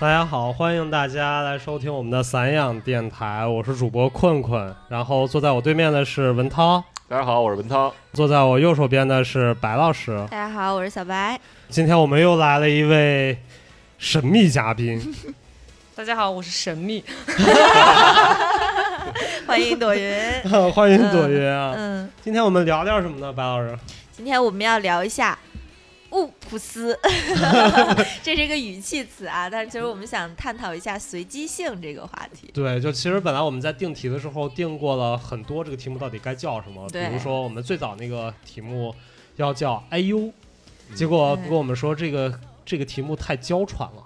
大家好，欢迎大家来收听我们的散养电台，我是主播困困，然后坐在我对面的是文涛，大家好，我是文涛。坐在我右手边的是白老师。大家好，我是小白。今天我们又来了一位神秘嘉宾， 大家好，我是神秘。 欢迎朵云。欢迎朵云啊。 嗯，今天我们聊点什么呢，白老师？今天我们要聊一下物普 斯，这是一个语气词啊，但是其实我们想探讨一下随机性这个话 题。对，就其实本来我们在定题的时候定过了很多这个题目到底该叫什么，比对如说我们最早那个题目要叫“哎呦”，结果对跟我们说这个。这个题目太娇喘了，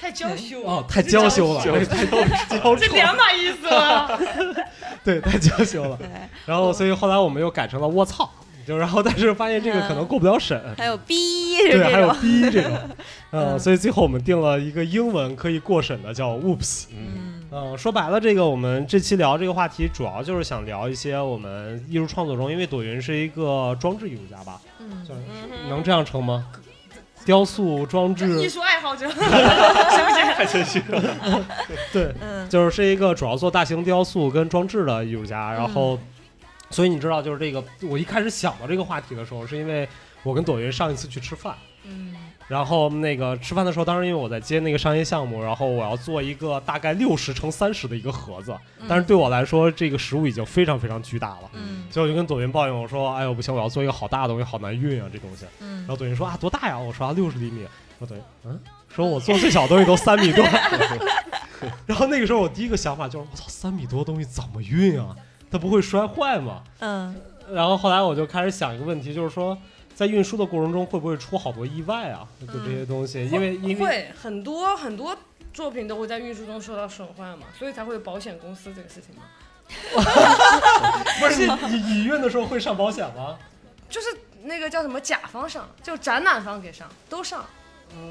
太娇羞哦，太娇羞了，娇羞太娇娇这喘，两码意思了。 对，太娇羞了。对，然后，所以后来我们又改成了“卧槽”，就然后但是发现这个可嗯能过不了 审，还有逼是对，还这有种。逼这种，嗯，嗯所以最后我们定了一个英文可以过审的，叫 “Whoops”。嗯，嗯，嗯，说白了，这个我们这期聊这个话题，主要就是想聊一些我们艺术创作中，因为朵云是一个装置艺术家吧，嗯就是嗯能这样称吗？雕塑装艺置，术爱好者，是不是？太谦虚了。对，嗯就是是一个主要做大型雕塑跟装置的艺术家。然后，所以你知道，就是这个，我一开始想到这个话题的时候，是因为我跟朵云上一次去吃饭。嗯然后那个吃饭的时候，当时因为我在接那个商业项目，然后我要做一个大概六十乘三十的一个盒子，但是对我来说，这个食物已经非常非常巨大了。嗯所以我就跟朵云抱怨，我说：“哎呦，不行，我要做一个好大的东西，好难运啊，这东西。”然嗯后朵云说：“啊，多大呀？”我说：“啊，六十厘米。”我说：“朵云，嗯，说我做最小的东西都三 米多。”然后那个时候我第一个想法就是：“我操，三米多东西怎么运啊？它不会摔坏吗嗯，？”然后后来我就开始想一个问题，就是说，在运输的过程中会不会出好多意外啊？就这些东西，因为因为嗯会很多很多作品都会在运输中受到损坏嘛，所以才会有保险公司这个事情嘛。不 是你你你运的时候会上保险吗？就是那个叫什么甲方上，就展览方给上，都上。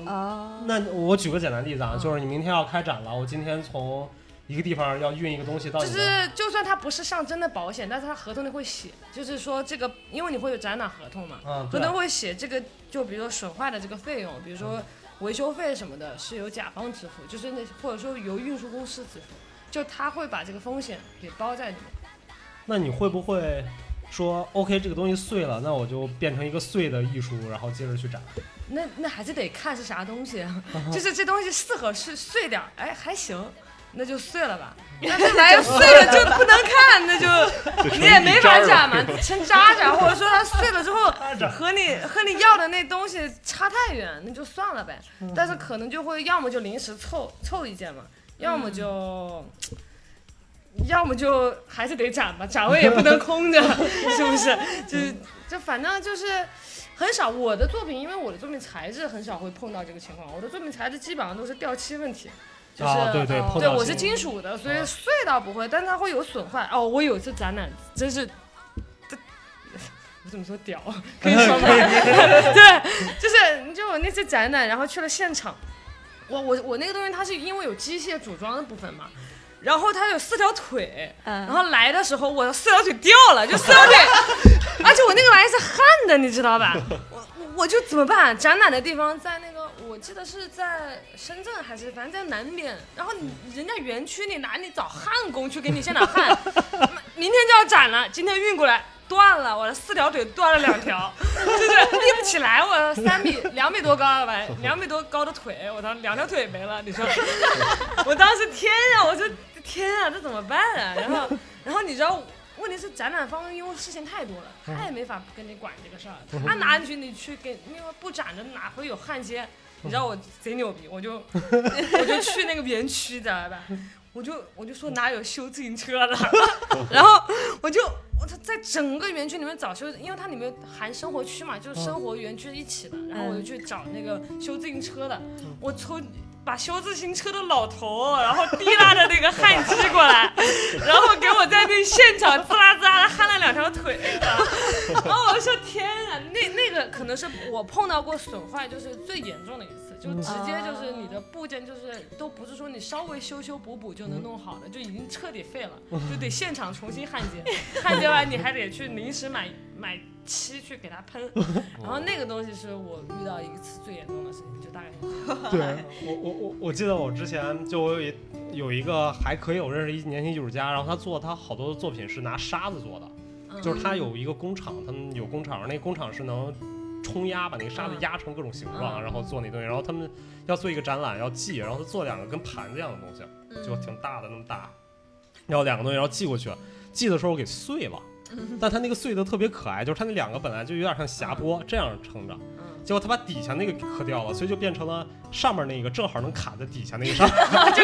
哦，那我举个简单例子啊，嗯就是你明天要开展了，我今天从一个地方要运一个东西到就你的，是就算他不是上真的保险，但是他合同里会写，就是说这个，因为你会有展览合同嘛，嗯，合对，同会写这个，就比如说损坏的这个费用，比如说维修费什么的，是由甲方支付，就是那或者说由运输公司支付，就他会把这个风险给包在里面。那你会不会说 OK 这个东西碎了，那我就变成一个碎的艺术，然后接着去展？那那还是得看是啥东西，啊就是这东西适合碎碎点儿，哎还行，那就碎了吧。那这玩意儿碎了就不能看，那就你也没法展嘛，成渣渣，或者说它碎了之后和你和你要的那东西差太远，那就算了呗。但是可能就会要么就临时凑凑一件嘛，要么就。要么就还是得展吧，展位也不能空着，是不是？就是就反正就是很少。我的作品，因为我的作品材质很少会碰到这个情况，我的作品材质基本上都是掉漆问题，就是、嗯啊，对对，哦碰对，到我是这个啊金属的，所以碎倒不会，但它会有损坏。哦，我有一次展览，真是，这 我怎么说屌？啊可以 说吗？ 对，就是就我那次展览，然后去了现场，我我我那个东西它是因为有机械组装的部分嘛，然后它有四条腿，嗯然后来的时候我的四条腿掉了，就四 条腿，而且我那个玩意是焊的，你知道吧？我我就怎么办？展览的地方在那个，我记得是在深圳还是反正在南边，然后你人家园区里哪里找焊工去给你现场焊？明天就要展了，今天运过来。断了，我的四条腿断了两条， 就是立不起来。我三米两米多高的吧，两米多高的腿，我当两条腿没了。你说， 我当时天啊，我说天啊，这怎么办啊？然后，然后你知道，问题是展览方因为事情太多了，他也没法跟你管这个事儿。他拿你去，你去给，因为不展着哪会有焊接？你知道我贼牛逼，我就我就去那个园区，知道吧？我就我就说哪有修自行车的， 然后我就我他在整个园区里面找修，因为它里面含生活区嘛，就是生活园区一起的，然后我就去找那个修自行车的，我抽把修自行车的老头，然后提拉着那个焊机过来， 然后给我在那现场滋啦滋啦的焊了两条腿， 哦然后我说天啊，那那个可能是我碰到过损坏就是最严重的一次，就直接就是嗯你的部件就是都不是说你稍微修修补补就能弄好的，就已经彻底废了，嗯就得现场重新焊接，焊接完你还得去临时买买漆去给它喷，嗯然后那个东西是我遇到一次最严重的事情，就大概是这样。对我我我我记得我之前就我有一有一个还可以，我认识一年轻艺术家，然后他做他好多作品是拿沙子做的，嗯就是他有一个工厂，他们有工厂，那工厂是能冲压把那个沙子嗯压成各种形状，嗯然后做那东西，然后他们要做一个展览要寄，然后他做两个跟盘子一样的东西，嗯就挺大的那么大，然后两个东西然后寄过去，寄的时候给碎了。嗯但他那个碎的特别可爱，就是他那两个本来就有点像匣钵这样撑着，嗯，结果他把底下那个给磕掉了，所以就变成了上面那个正好能卡在底下那个上，就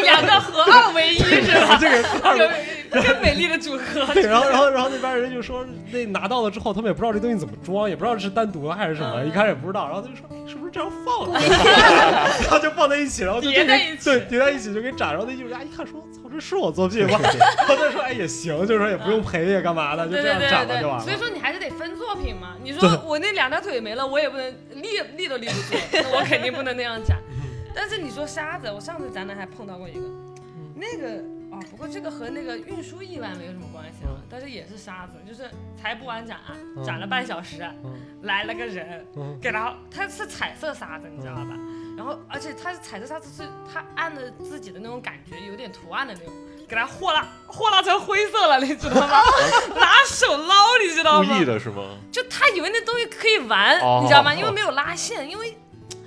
两个合二为一是吧？这个上面这个美丽的 组合。对，然后然后然后那边人就说那拿到了之后，他们也不知道这东西怎么装，也不知道是单独的还是什么，嗯一开始也不知道，然后他就说哎是不是这样放的， 然后就放在一起，然后就叠这个在一起对，叠在一起就给展，然后那艺术家一看说，操，这是我作品 吗？然后他说哎也行，就是说也不用赔也干嘛的，就这对对样嗯对展了对就完了对，所。以说你还是得分作品嘛。你对说我那两条腿没了，我也不能立立都立不 住，我肯定不能那样展。嗯 但是你说沙子，我上次展览还碰到过一个，嗯那个啊，不过这个和那个运输意外没有什么关系啊嗯，但是也是沙子，就是才不完展，啊嗯展了半小时，啊嗯来了个人，嗯给他，它是彩色沙子，你知道吧？嗯然后，而且它是彩色沙子，是它按着自己的那种感觉，有点图案的那种，给它和拉和拉成灰色了，你知道吗？ 拿手捞，你知道啊故吗？意的是吗？就他以为那东西可以玩，哦你知道吗？因为没有拉线，因为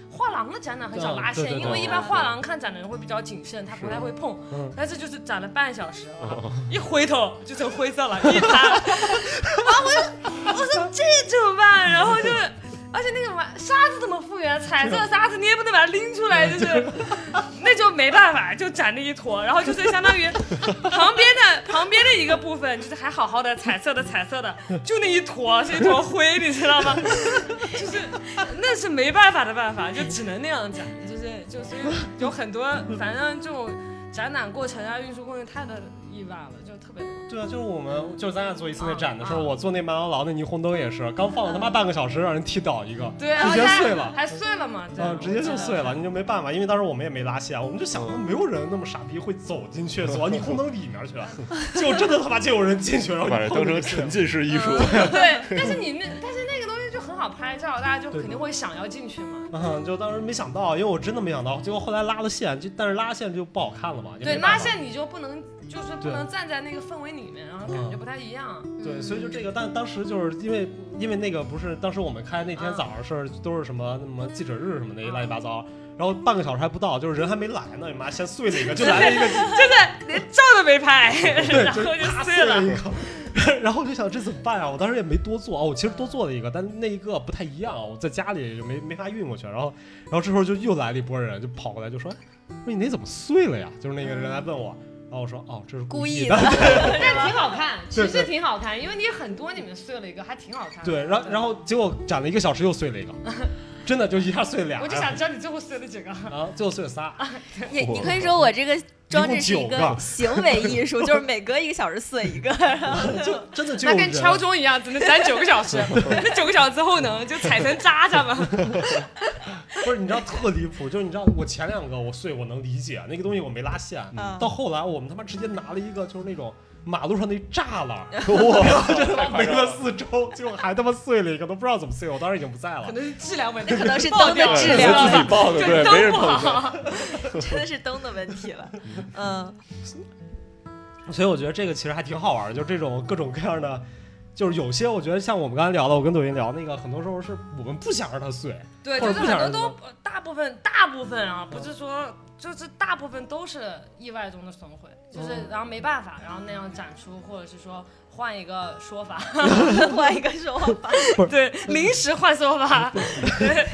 画廊的展览很少拉啊对对线，对因为对一般画廊看展的人会比较谨慎，他不太会碰嗯。哦但是就是展了半小时，哇一回头就成灰色了，一拉，然后我就我说这怎么办？然后就是。而且那个玩沙子怎么复原？彩色沙子你也不能把它拎出来， 就是，那就没办法，就展那一坨，然后就是相当于旁边的旁边的一个部分，就是还好好的彩色的彩色的，就那一坨是一坨灰，你知道吗？就是那是没办法的办法，就只能那样展，就是就所以有很多反正这种展览过程啊，运输过程太多意外了，就特别多。对啊，就是我们，就是咱俩做一次那展的时候，啊啊我做那麦当劳那霓虹灯也是，刚放了他妈半个小时，让人踢倒一个，对，直接然后还碎了还碎了嘛？对，嗯，直接就碎我知道。了，你就没办法，因为当时我们也没拉线，我们就想说没有人那么傻逼会走进去， 走到啊霓虹灯里面去，结果真的他妈就有人进去，然后 把这就碰当着成就碎了沉浸式艺术，嗯 对，但是你那但是那个东西就很好拍照，大家就对肯定会想要进去嘛。 嗯，就当时没想到，因为我真的没想到，结果后来拉了线，就但是拉线就不好看了嘛，也对，没拉办法。线你就不能，就是不对嗯能站在那个氛围里面，然后感觉不太一样。对，所以就这个，但当时就是因为因为那个不是，当时我们开那天啊早上是都是什么什么记者日什么的，啊乱七八糟，然后半个小时还不到，就是人还没来呢，你妈先碎了一个，就来了一个就是连照都没拍，对，然后就就啪碎了了。一个。 然后我就想这怎么办啊？我当时也没多做啊，我其实多做了一个，但那一个不太一样，我在家里就没没法运过去。然后，然后这时候就又来了一波人，就跑过来就说：“说你那怎么碎了呀？” 就是那个人来问我，然后我说：“哦，这是故意意 的。的但挺好看，对其对实挺好看，因为你很多里面碎了一个，还挺好看的。对，然后然后结果展了一个小时又碎了一个，真的就一下碎 俩。 我就想知道你最后碎了 几个。啊，最后碎了仨。你你可以说我这个装置是一一共九个个行为艺术，就是每隔一个小时碎一个。就真的就那有跟人敲钟一样，只能攒九个 小时。那九个小时之后呢，就踩成渣渣嘛。 不是，你知道特离谱，就是你知道我前两个我碎我能理解，那个东西我没拉线，嗯到后来我们他妈直接拿了一个就是那种马路上那栅栏，哇，围了四周，结果还他妈碎了一个，都不知道怎么碎，我当时已经不在可了。能是质量问题，那可能是爆灯掉的了质量自己报的，就对，没灯人不碰见。好。真的是灯的问题了。嗯，所以我觉得这个其实还挺好玩的，就这种各种各样的，就是有些我觉得像我们刚才聊的，我跟抖音聊那个，很多时候是我们不想让它碎，对，或就者是不想很多让都呃大部分大部分啊，不是说就是大部分都是意外中的损毁，就是嗯然后没办法，然后那样展出，或者是说换一个说法，换一个说法， 对，临时换说法，对，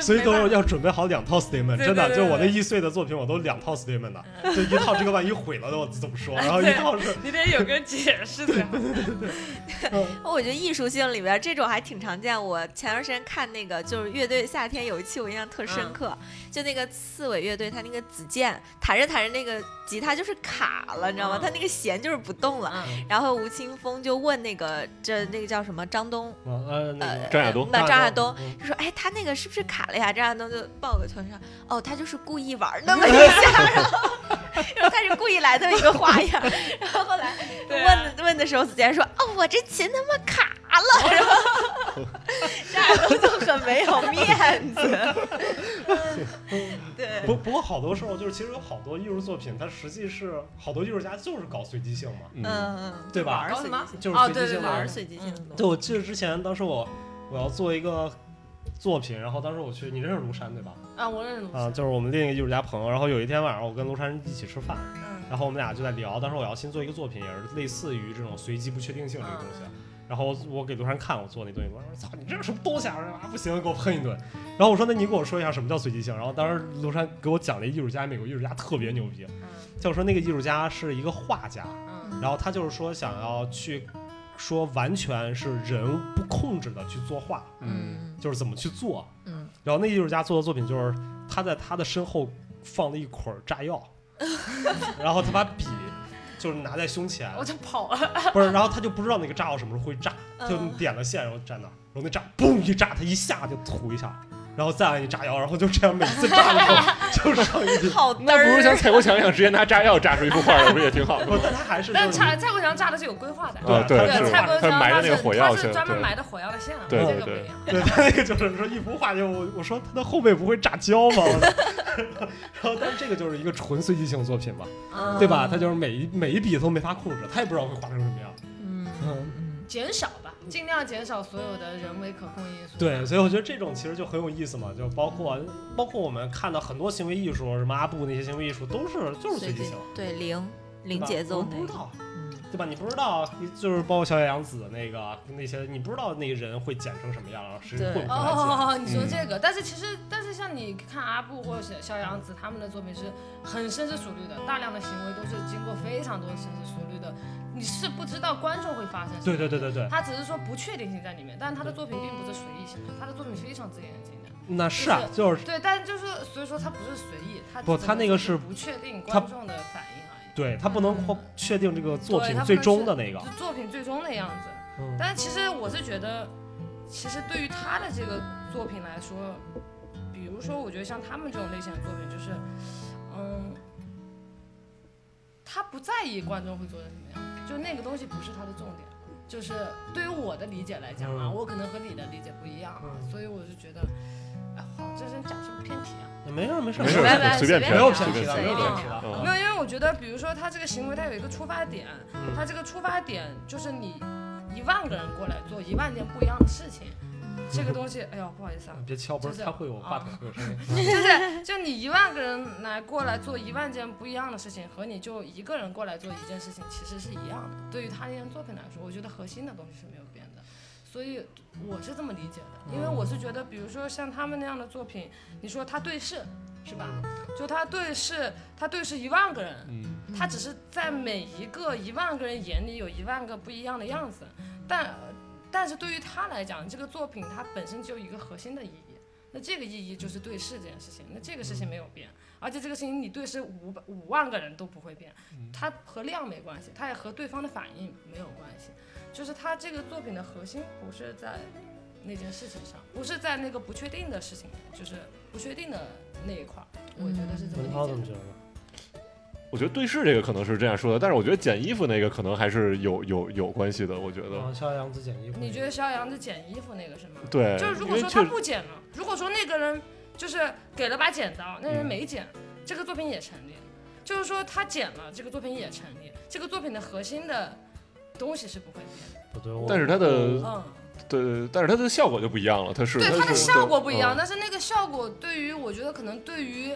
所以没都办 要准备好两套 statement，对真的，对对就我那对易碎的作品，我都两套 statement 的，就一套这个万一毁了的我怎么说，然后一对套是 法你得有个解释才好。我觉得艺术性里边这种还挺常见。我嗯前段时间看那个就是乐队夏天有一期，我印象特深刻，就那个刺猬乐队，他那个个子键弹着弹着那个吉他就是卡了，你知道吗？嗯他那个弦就是不动了。嗯然后吴青峰就问那个这那个叫什么张东，啊呃那个呃，张亚东不张亚东，嗯就说哎他那个是不是卡了呀？张亚东就抱个头上，哦他就是故意玩那么一下，然后然后他是故意来这么一个花样。然后后来对啊问问的时候，子健说哦我这琴他妈卡了，然后张亚东就很没有面子，对。不不过好多时候就是其实有好多艺术作品，它实际是好多艺术家就是搞随机性嘛，嗯，嗯，对吧玩搞随什么机性就是哦随机对性对对的玩玩儿随机性的东西。对，我记得之前当时我我要做一个作品，然后当时我去，你认识庐山对吧？啊，我认识卢啊，森就是我们另一个艺术家朋友。然后有一天晚上，我跟庐山一起吃饭，嗯然后我们俩就在聊，当时我要新做一个作品，也是类似于这种随机不确定性这个东西。嗯然后我给庐山看我做那东西，我说：“操，你这是什么东西啊？”我说啊，不行，给我喷一顿。然后我说：“那你给我说一下什么叫随机性？”然后当时庐山给我讲了一艺术家，美国艺术家特别牛逼，就说那个艺术家是一个画家，嗯然后他就是说想要去说完全是人不控制的去作画，嗯就是怎么去做。嗯，然后那艺术家做的作品就是他在他的身后放了一捆儿炸 药，然后他把笔就是拿在胸前嗯，，我就跑了，不是，然后他就不知道那个炸药什么时候会炸，就嗯点了线，然后站那儿，然后那炸嘣一炸，他一下就吐一下，然后再按一炸药，然后就这样每次炸的时候 就上一嗯好那不是像蔡国强一样直接拿炸药炸出一幅画来，不是也挺好 的不吗是，？但他还是但就是蔡蔡国强炸的是有规划的。对啊，对，对是对，吧蔡国强他埋的那是个火药他去是了，专门埋对，的火药的线，对这个对不一样。 对他那个就是说一幅画就我我说他的后背不会炸焦吗？我说 然后但是这个就是一个纯随机性作品嘛，嗯对吧？他就是每一每一笔都没法控制，他也不知道会画成什么样。嗯嗯，减少吧，尽量减少所有的人为可控因素。对，所以我觉得这种其实就很有意思嘛，就包括包括我们看到很多行为艺术，什么阿布那些行为艺术都是就是随机性，对零对零吧节我奏们那不知个，道，嗯对吧？你不知道，你就是包括小野洋子那个那些，你不知道那个人会剪成什么样，谁会对不会来剪。哦，你嗯说这个，但是其实，但是像你看阿布或者小小杨子他们的作品是很深思熟虑的，大量的行为都是经过非常多深思熟虑的，你是不知道观众会发生什么。对对对对对，他只是说不确定性在里面，但是他的作品并不是随意性，他的作品非常自然简单。那是啊，就是对，但是就是所以说他不是随意，他不只他那个是不确定他观众的反应而已。对他不能嗯确定这个作对品他不最能终是的那个就，作品最终的样子。嗯但其实我是觉得，其实对于他的这个作品来说，比如说，我觉得像他们这种类型的作品，就是，嗯，他不在意观众会做成什么样，就那个东西不是他的重点。就是对于我的理解来讲啊，嗯我可能和你的理解不一样啊，嗯所以我是觉得，哎，好，这人讲是不是偏题啊？没事儿没事儿没事儿儿拜拜随便随便偏，没有随偏便题的，没有随偏便偏题的。嗯没有，因为我觉得，比如说他这个行为，他有一个出发点，嗯他这个出发点就是你一万个人过来做一万件不一样的事情，这个东西，哎呦，不好意思啊，嗯别敲，不是就是他会有话筒会有声音。就是就你一万个人来过来做一万件不一样的事情，和你就一个人过来做一件事情其实是一样的。对于他那件作品来说，我觉得核心的东西是没有变的，所以我是这么理解的。因为我是觉得，比如说像他们那样的作品，你说他对视是吧？就他对视，他对视一万个人，嗯，他只是在每一个一万个人眼里有一万个不一样的样子，但但是对于他来讲，这个作品它本身就有一个核心的意义，那这个意义就是对视这件事情，那这个事情没有变，而且这个事情你对视五百五万个人都不会变，它和量没关系，它也和对方的反应没有关系，就是他这个作品的核心不是在那件事情上，不是在那个不确定的事情，就是不确定的那一块儿，嗯我觉得是这么嗯文涛理怎解么觉的。得呢？我觉得对视这个可能是这样说的，但是我觉得剪衣服那个可能还是有有有关系的，我觉得啊，肖阳子剪衣服，你觉得肖阳的剪衣服那个是吗？对，就是呃因如果为说确他实不剪了，如果说那个人就是给了把剪刀，那嗯人没剪，这个作品也成立。就是说他剪了，这个作品也成立。这个作品的核心的东西是不会变不对？我但是他的的。嗯，对，但是它的效果就不一样了，它是对，它它的是效果不一嗯样，但是那个效果对于我觉得可能对于。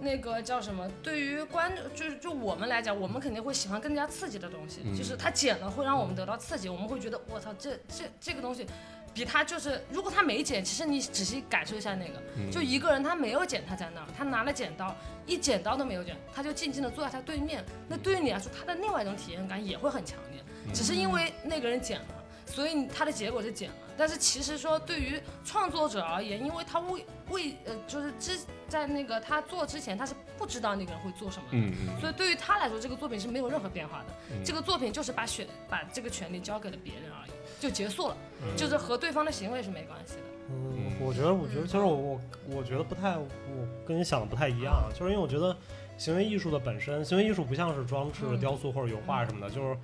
那个叫什么？对于观众，就是就我们来讲，我们肯定会喜欢更加刺激的东西。嗯就是他剪了，会让我们得到刺激，我们会觉得我操，这这这个东西，比他就是如果他没剪，其实你仔细感受一下那个，嗯就一个人他没有剪，他在那儿，他拿了剪刀，一剪刀都没有剪，他就静静的坐在他对面。那对于你来说，他的另外一种体验感也会很强烈，嗯只是因为那个人剪了，所以他的结果是剪了。但是其实说对于创作者而言，因为他为未呃，就是之在那个他做之前，他是不知道那个人会做什么的。嗯嗯所以对于他来说，这个作品是没有任何变化的。嗯这个作品就是把选把这个权利交给了别人而已，就结束了，嗯就是和对方的行为是没关系的。嗯，我觉得，我觉得，其实我我我觉得不太，我跟你想的不太一样，啊就是因为我觉得行为艺术的本身，行为艺术不像是装置、嗯雕塑或者油画什么的，就是。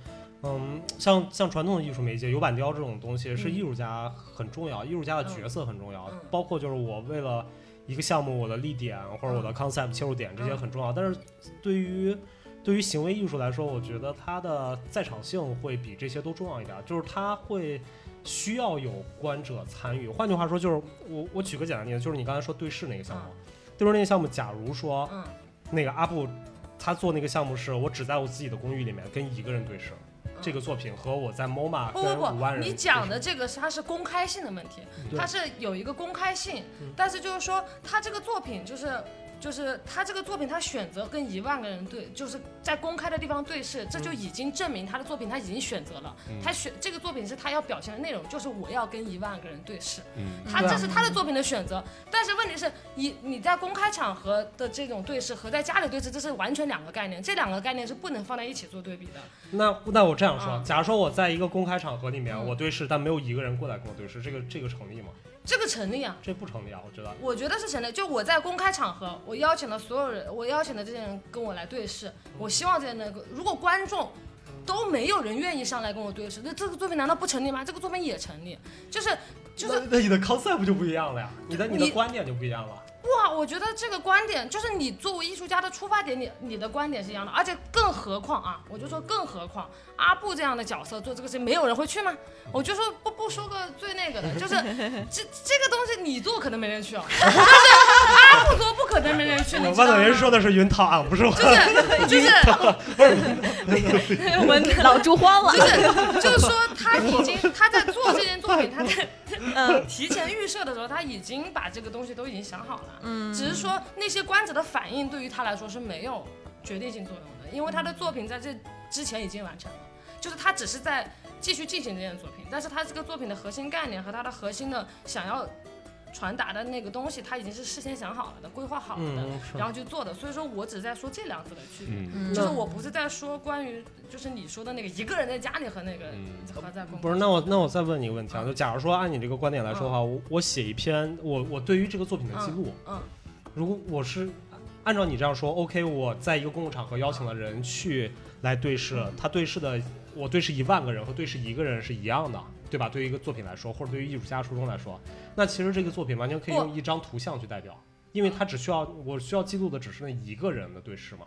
嗯，像像传统的艺术媒介，油板雕这种东西是嗯艺术家很重要，艺术家的角色很重要，嗯包括就是我为了一个项目我的立点或嗯者我的 concept 切入点这些很重要，但是对于对于行为艺术来说，我觉得它的在场性会比这些都重要一点，就是它会需要有观者参与。换句话说，就是我我举个简单例子，就是你刚才说对视那个项目，对视那个项目，假如说嗯那个阿布他做那个项目是我只在我自己的公寓里面跟一个人对视，这个作品和我在 MoMA 嗯不跟不五不万，人你对视讲的这个是它是公开性的问题，嗯对它是有一个公开性嗯，但是就是说它这个作品就是。就是他这个作品，他选择跟一万个人对，就是在公开的地方对视，这就嗯已经证明他的作品他已经选择了，他选这个作品是他要表现的内容，就是我要跟一万个人对视。嗯他对啊这是他的作品的选择，但是问题是你你在公开场合的这种对视和在家里对视，这是完全两个概念，这两个概念是不能放在一起做对比的。那那我这样说，啊假如说我在一个公开场合里面嗯我对视，但没有一个人过来跟我对视，这个这个成立吗？这个成立啊，这不成立啊，我觉得。我觉得是成立。就我在公开场合，我邀请了所有人，我邀请的这些人跟我来对视，我希望这些人能够，如果观众。都没有人愿意上来跟我对视，那这个作品难道不成立吗？这个作品也成立，就是就是那那你的 concept 就不一样了呀，你的你的你观点就不一样了。哇，啊我觉得这个观点就是你作为艺术家的出发点，你你的观点是一样的，而且更何况啊，我就说更何况阿布这样的角色做这个事，没有人会去吗？我就说不不说个最那个的，就是这这个东西你做可能没人去哦，就是阿布做不可能没人去，你知万道能人吗？说的是云涛啊，不是我。就是就是 我们老猪慌了，就是就是说他已经他在做这件作品，他在嗯提前预设的时候，他已经把这个东西都已经想好了，嗯，只是说那些观者的反应对于他来说是没有决定性作用的，因为他的作品在这之前已经完成了，就是他只是在继续进行这件作品，但是他这个作品的核心概念和他的核心的想要传达的那个东西，他已经是事先想好了的、规划好了的，嗯是然后去做的，所以说我只在说这两者的区别。嗯嗯就是我不是在说关于，就是你说的那个一个人在家里和那个嗯和在公呃不是，那我那我再问你一个问题啊，就嗯假如说按你这个观点来说的话，我我写一篇我我对于这个作品的记录，嗯如果我是按照你这样说，OK，我在一个公共场合邀请了人去来对视，嗯他对视的我对视一万个人和对视一个人是一样的，对吧？对于一个作品来说，或者对于艺术家初衷来说，那其实这个作品完全可以不用一张图像去代表，因为它只需要我需要记录的只是那一个人的对视嘛。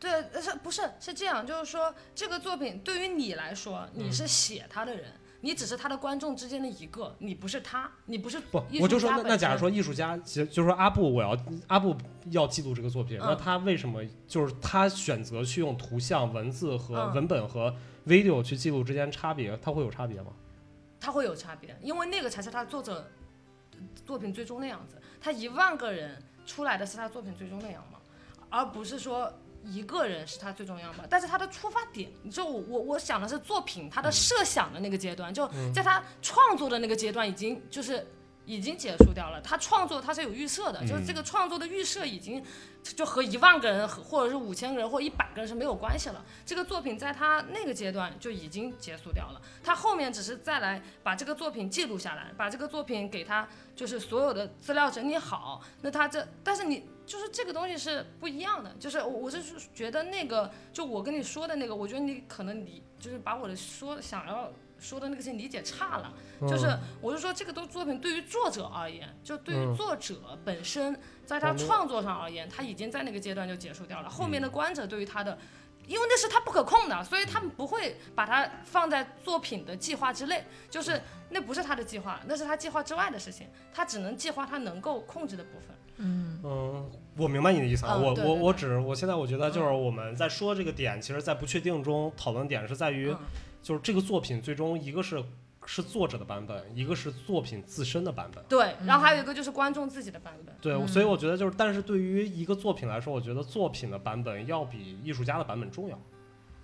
对，呃是不是是这样？就是说，这个作品对于你来说，你嗯是写他的人，你只是他的观众之间的一个，你不是他，你不是不艺，术我就说家那本那假如说身艺术家，其实就是说阿布，我要阿布要记录这个作品，嗯那他为什么就是他选择去用图像、文字和嗯文本和 video 去记录之间差别，他会有差别吗？他会有差别，因为那个才是他作者呃作品最终的样子。他一万个人出来的是他作品最终的样貌，而不是说一个人是他最终样貌。但是他的出发点，就我我我想的是作品他的设想的那个阶段，就在他创作的那个阶段已经就是。已经结束掉了。他创作他是有预设的，就是这个创作的预设已经就和一万个人和或者是五千个人或一百个人是没有关系了。这个作品在他那个阶段就已经结束掉了，他后面只是再来把这个作品记录下来，把这个作品给他就是所有的资料整理好。那他这，但是你就是这个东西是不一样的，就是我我是觉得那个就我跟你说的那个，我觉得你可能理就是把我的说想要说的那个事情理解差了，就是我是说这个都作品对于作者而言，就对于嗯作者本身，嗯在他我明白创作上而言，他已经在那个阶段就结束掉了，后面的观者对于他的。因为那是他不可控的，所以他们不会把它放在作品的计划之内，就是那不是他的计划，那是他计划之外的事情，他只能计划他能够控制的部分。嗯嗯，我明白你的意思啊，嗯我对我对我对嗯只我现在我觉得就是我们在说这个点，其实，在不确定中讨论点是在于，嗯就是这个作品最终一个是是作者的版本，一个是作品自身的版本。对，然后还有一个就是观众自己的版本。对，所以嗯我觉得就是，但是对于一个作品来说，我觉得作品的版本要比艺术家的版本重要，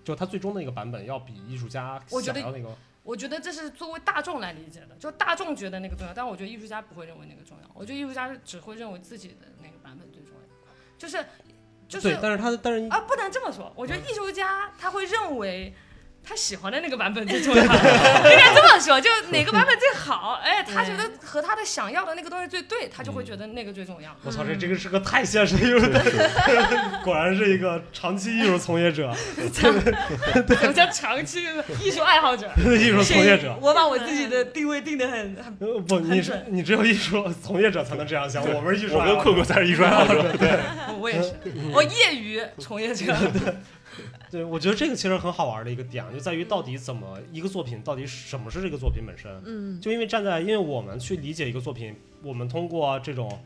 就它最终的那个版本要比艺术家我觉想得要那个我觉得这是作为大众来理解的，就大众觉得那个重要，但我觉得艺术家不会认为那个重要，我觉得艺术家是只会认为自己的那个版本最重要，就是就是对，但是他但是啊，不能这么说。我觉得艺术家他会认为他喜欢的那个版本最重要， 应该这么说，就哪个版本最好，哎，他觉得嗯和他的想要的那个东西最对，他就会觉得那个最重要。 我操，这这个是个太现实的艺术家， 果然是一个长期艺术从业 者、什么叫长期的艺术 爱好者？艺术从业者。我把我嗯自己的定位定的很很呃不，你是你只有艺术从业者才能这样想，我们是艺术我爱跟好困者。困才是艺术爱好者，我我也是，我业余从业 者，对，我觉得这个其实很好玩的一个点，啊就在于到底怎么一个作品，到底什么是这个作品本身。嗯就因为站在，因为我们去理解一个作品，我们通过这种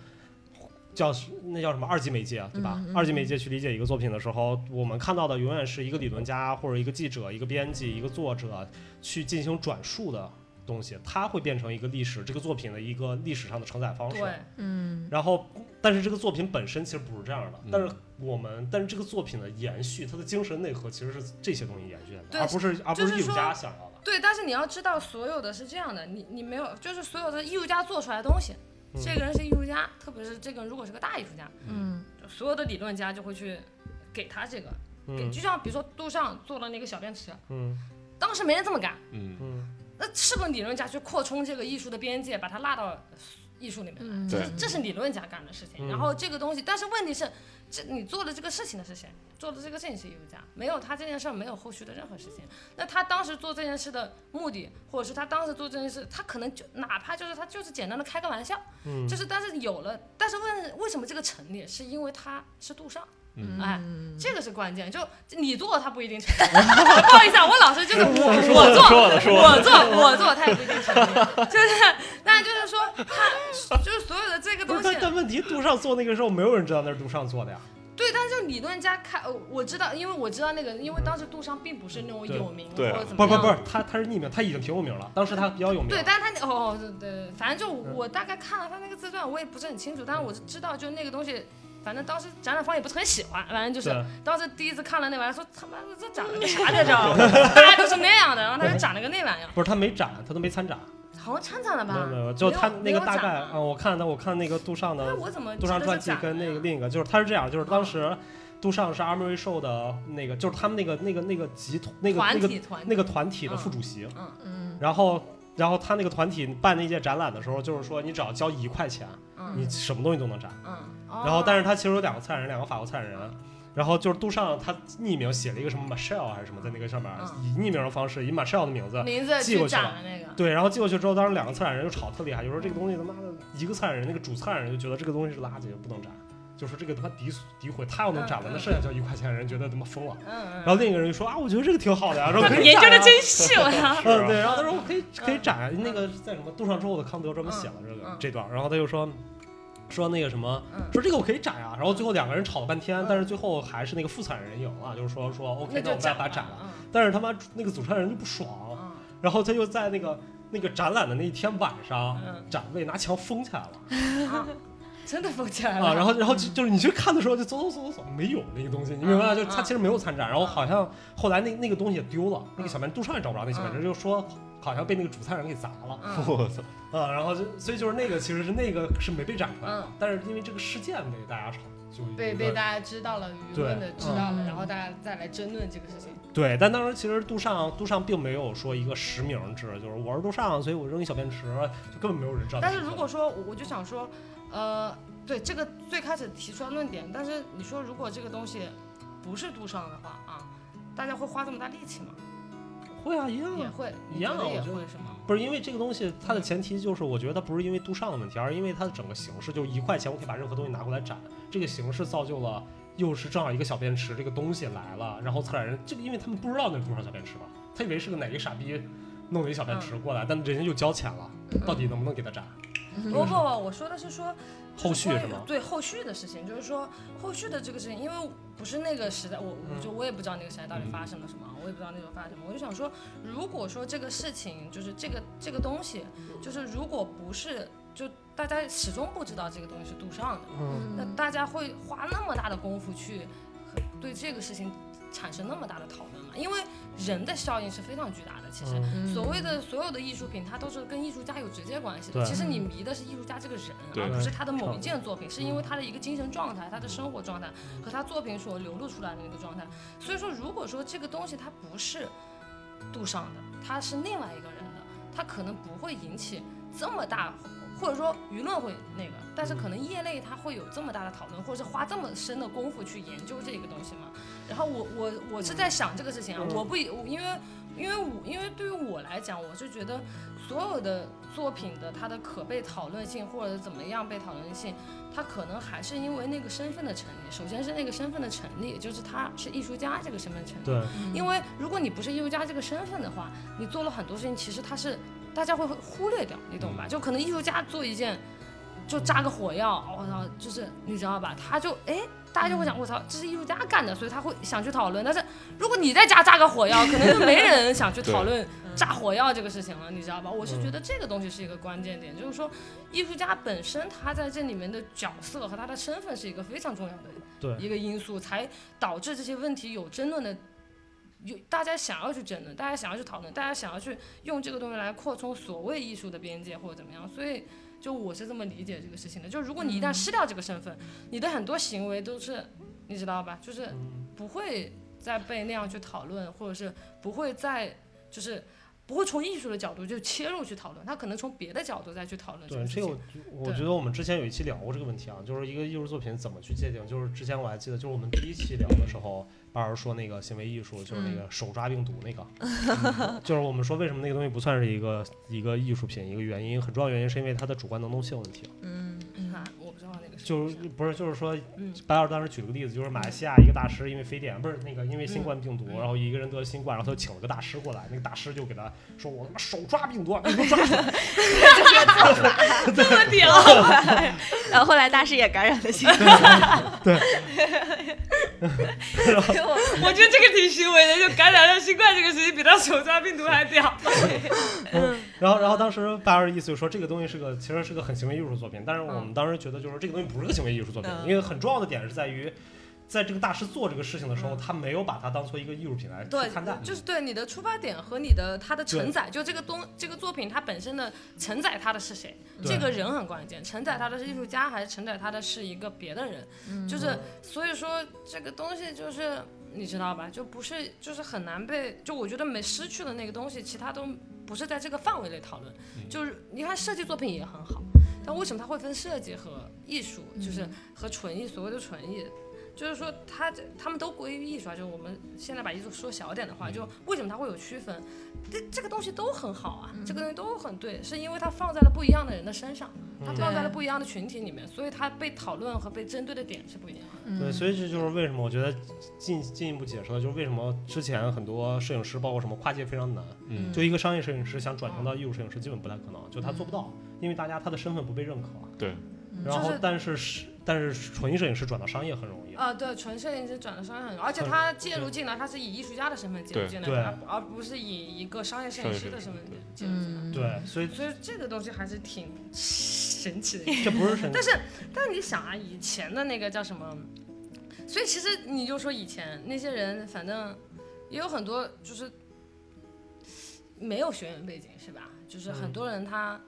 叫那叫什么二级媒介，啊对吧？嗯嗯二级媒介去理解一个作品的时候，我们看到的永远是一个理论家或者一个记者、一个编辑、一个作者去进行转述的东西，它会变成一个历史这个作品的一个历史上的承载方式。对，嗯然后，但是这个作品本身其实不是这样的，嗯但是我们，但是这个作品的延续，它的精神内核其实是这些东西延续下来的，对而不是而不就是是艺术说家想要的。对，但是你要知道，所有的是这样的，你你没有，就是所有的艺术家做出来的东西，嗯这个人是艺术家，特别是这个人如果是个大艺术家，嗯就所有的理论家就会去给他这个，给嗯就像比如说杜尚做了那个小便池，嗯当时没人这么干，嗯，嗯，那是不是理论家去扩充这个艺术的边界，把它拉到艺术里面来？嗯，对这是理论家干的事情。嗯然后这个东西，但是问题是，这你做的这个事情的是谁？做的这个事情是艺术家，没有他这件事儿，没有后续的任何事情。那他当时做这件事的目的，或者是他当时做这件事，他可能就哪怕就是他就是简单的开个玩笑，嗯就是但是有了，但是问为什么这个成立，是因为他是杜尚。嗯哎，嗯这个是关键，就你做他不一定成立。 不好意思啊，我老是就是我我做说了说了，我做我做他也不一定成立， 就是但就是说他就是所有的这个不东是，西但，但问题，杜尚做那个时候，没有人知道那是杜尚做的呀。对，但是理论家看，呃我知道，因为我知道那个，因为当时杜尚并不是那种对有名对或啊者怎不么是不样。是不是，他他是匿名，他已经挺有名了，当时他比较有名。对，但是他那哦对对，反正就嗯我大概看了他那个自传，我也不是很清楚，但是我知道就那个东西，反正当时展览方也不是很喜欢，反正就是对啊当时第一次看了那玩意儿，说他妈的这长了 个啥这招，大家都是那样的，然后他就长了个那玩意儿，不是他没展，他都没参展，好像参展了没有吧？没有，就他那啊没有个大展概啊啊，我看到我看那个杜尚那的我怎么杜记尚得传是记展跟那个了呀另一个，就是他是这样，就是当时杜尚是 Armory Show 的那个，就是他们那个那个那个集团那个团那个体团体那个团体的副主席，嗯然后。然后他那个团体办那届展览的时候，就是说你只要交一块钱，嗯你什么东西都能展。嗯，然后，但是是他其实有两个策展人，两个法国策展人。然后就是杜尚，他匿名写了一个什么 Michelle 还是什么，在那个上面嗯以匿名的方式，以 Michelle 的名字，名字寄过去去了展了那个，对，然后寄过去之后，当时两个策展人就吵得特厉害，就说这个东西他妈的一个策展人，那个主策展人就觉得这个东西是垃圾，不能展，就说这个他诋诋毁，他要能展了，嗯嗯那剩下交一块钱的人觉得他妈疯了。嗯然后另一个人就说啊，我觉得这个挺好的呀，说 可以研究展的啊真细，我操！嗯，对，然后他说我可以可以展那个在什么杜尚之后的康德专门写了这嗯个嗯这段，然后他就说说那个什么嗯，说这个我可以展啊，然后最后两个人吵了半天，但是最后还是那个副产人赢了，就是说说 OK，那 那我就们再展把展了，了，啊但是他妈那个主持人就不爽，嗯然后他就在那个那个展览的那一天晚上，嗯展位拿墙封起来了嗯啊， 真的封起来了啊，然后然后就就是你去看的时候就走走走走走，没有那个东西，你明白吗？嗯就是他嗯其实没有参展，然后好像后来那那个东西也丢了，那个小便杜尚也找不着那小便池，就说好像被那个主菜人给砸了。 嗯我操，啊，然后就所以就是那个其实是那个是没被展出来的嗯，但是因为这个事件被大家炒，就被一个被大家知道了，舆论的知道嗯了，然后大家再来争论这个事情。对，但当时其实杜尚杜尚并没有说一个实名制，就是我是杜尚，所以我扔一小便池，就根本没有人知道他但谁是做的。如果说我我就想说，呃，对这个最开始提出来论点，但是你说如果这个东西不是杜尚的话啊，大家会花这么大力气吗？会啊一样也啊，会，一样啊你觉得也我觉得会是吗？不是因为这个东西它的前提就是我觉得它不是因为杜尚的问题，而是因为它的整个形式，就是一块钱我可以把任何东西拿过来展，这个形式造就了又是正好一个小便池这个东西来了，然后策展人这个因为他们不知道那是杜尚小便池嘛，他以为是个哪个傻逼弄了一小便池过来，但人家又交钱了，到底能不能给他展？嗯哦不不不，我说的是说后续就是关于吗？对后续的事情，就是说后续的这个事情，因为不是那个时代，我嗯我就我也不知道那个时代到底发生了什么，我也不知道那时候发生什么。我就想说，如果说这个事情就是这个这个东西，嗯就是如果不是就大家始终不知道这个东西是杜尚的，嗯那大家会花那么大的功夫去和对这个事情产生那么大的讨论嘛，因为人的效应是非常巨大的。其实，嗯嗯所谓的所有的艺术品，它都是跟艺术家有直接关系对的。其实你迷的是艺术家这个人，对而不是他的某一件作品，是因为他的一个精神状态、他的生活状态和他作品所流露出来的那个状态。所以说，如果说这个东西它不是杜尚的，它是另外一个人的，它可能不会引起这么大，或者说舆论会那个，但是可能业内它会有这么大的讨论，或者是花这么深的功夫去研究这个东西嘛。然后我我我是在想这个事情啊，我不以我因为因为我因为对于我来讲，我是觉得所有的作品的它的可被讨论性或者怎么样被讨论性，它可能还是因为那个身份的成立。首先是那个身份的成立，就是他是艺术家这个身份成立。对，因为如果你不是艺术家这个身份的话，你做了很多事情，其实它是大家会忽略掉，你懂吧？就可能艺术家做一件，就扎个火药，我操，就是你知道吧？他就哎，大家就会想，我操，这是艺术家干的，所以他会想去讨论。但是如果你在家扎个火药，可能就没人想去讨论炸火药这个事情了，你知道吧？我是觉得这个东西是一个关键点，就是说艺术家本身他在这里面的角色和他的身份是一个非常重要的对一个因素，才导致这些问题有争论的。有大家想要去争论，大家想要去讨论，大家想要去用这个东西来扩充所谓艺术的边界或者怎么样，所以就我是这么理解这个事情的。就如果你一旦失掉这个身份，你的很多行为都是，你知道吧？就是不会再被那样去讨论，或者是不会再就是不会从艺术的角度就切入去讨论，他可能从别的角度再去讨论对个，事这个情。我我对觉得我们之前有一期聊过这个问题啊，就是一个艺术作品怎么去界定。就是之前我还记得，就是我们第一期聊的时候，巴尔说那个行为艺术，就是那个手抓病毒那个，就是我们说为什么那个东西不算是一个一个艺术品，一个原因很重要原因是因为它的主观能动性问题。嗯啊，我不知道那个是就不是不是是就是说嗯，白老师当时举了个例子，就是马来西亚一个大师因为非典不是那个因为新嗯冠病毒，然后一个人得了新冠，然后他就请了个大师过来，那个大师就给他说：“我他妈手抓病毒 啊，给我抓出来。这么屌！嗯 然后后来大师也感染了新冠。对，我 我觉得这个挺虚伪的，就感染了新冠这个事情比他手抓病毒还屌。然后然后当时白老师意思就说这个东西是个其实是个很行为艺术作品，但是嗯我们当时觉得就是这个东西不是个行为艺术作品，嗯因为很重要的点是在于。在这个大师做这个事情的时候，他没有把它当做一个艺术品来去看待，嗯对，就是对你的出发点和你的它的承对载，就这个东这个作品它本身的承载它的是谁，对这个人很关键，承载它的是艺术家还是承载它的是一个别的人，就是所以说这个东西就是你知道吧，就不是就是很难被，就我觉得没失去了那个东西，其他都不是在这个范围内讨论，嗯就是你看设计作品也很好，但为什么它会分设计和艺术，就是和纯艺所谓的纯艺，就是说它这他们都归于艺术啊，就是我们现在把艺术说小点的话，就为什么它会有区分？这这个东西都很好啊，这个东西都很对，是因为它放在了不一样的人的身上，它放在了不一样的群体里面，所以它被讨论和被针对的点是不一样的。对，所以这就是为什么我觉得进进一步解释了，就是为什么之前很多摄影师，包括什么跨界非常难。嗯就一个商业摄影师想转型到嗯艺术摄影师，基本不太可能，就他做不到，因为大家他的身份不被认可。对。然嗯就后是，但是是但是纯摄影师转到商业很容易。呃，对，纯摄影师转的商业很，而且他介入进来，他是以艺术家的身份介入对进对来，而而不是以一个商业摄影师的身商份业摄介入进来。对，所 以所以这个东西还是挺神奇的。这不是神但是，但你想啊，以前的那个叫什么？所以其实你就说以前那些人，反正也有很多就是没有学院背景，是吧？就是很多人他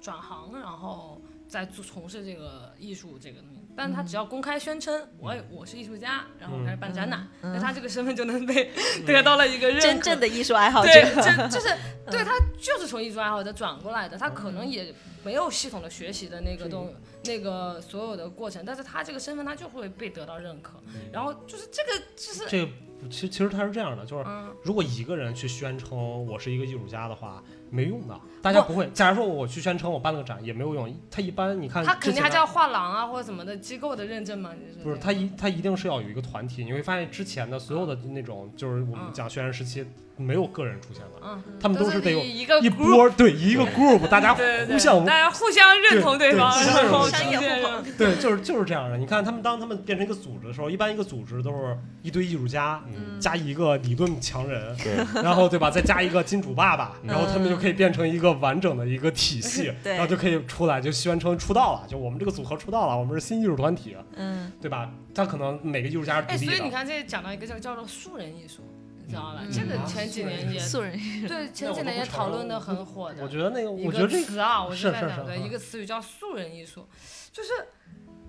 转行，然后再做从事这个艺术这个东西，但他只要公开宣称我我是艺术家，然后我开始办展览，那他这个身份就能被得到了一个认可。真正的艺术爱好者，对，这就是对他就是从艺术爱好者转过来的，他可能也没有系统的学习的那个东那个所有的过程，但是他这个身份他就会被得到认可，嗯然后就是这个就是这个其实其实他是这样的，就是嗯如果一个人去宣称我是一个艺术家的话，没用的，大家不会。假如说我去宣称我办了个展也没有用，他一般你看他肯之定前还是要画廊啊或者什么的机构的认证嘛，你说不是这个他一他一定是要有一个团体，你会发现之前的所有的那种就是我们嗯讲宣传时期没有个人出现的，嗯，他们都是得有以一个一 group 波对一个 group，大家 对对对互相大家互相认同对方，对相然后认逐商业渐互认捧，对，就是就是这样的。你看他们当他们变成一个组织的时候，一般一个组织都是一堆艺术家嗯加一个理论强人，对，嗯然后对吧，再加一个金主爸爸，然后他们就可以变成一个完整的一个体 系，对然后就可以出来就宣称出道了，就我们这个组合出道了，我们是新艺术团体，嗯，对吧？他可能每个艺术家是哎，独所立以你的，看，这讲到一个叫叫做素人艺术，你知道吧？嗯这个嗯前几年也素人对，前几年也讨论的很火的。我觉得那个，一我觉个得这个，词啊，我是就在是讲是的嗯一个词语叫素人艺术，就是，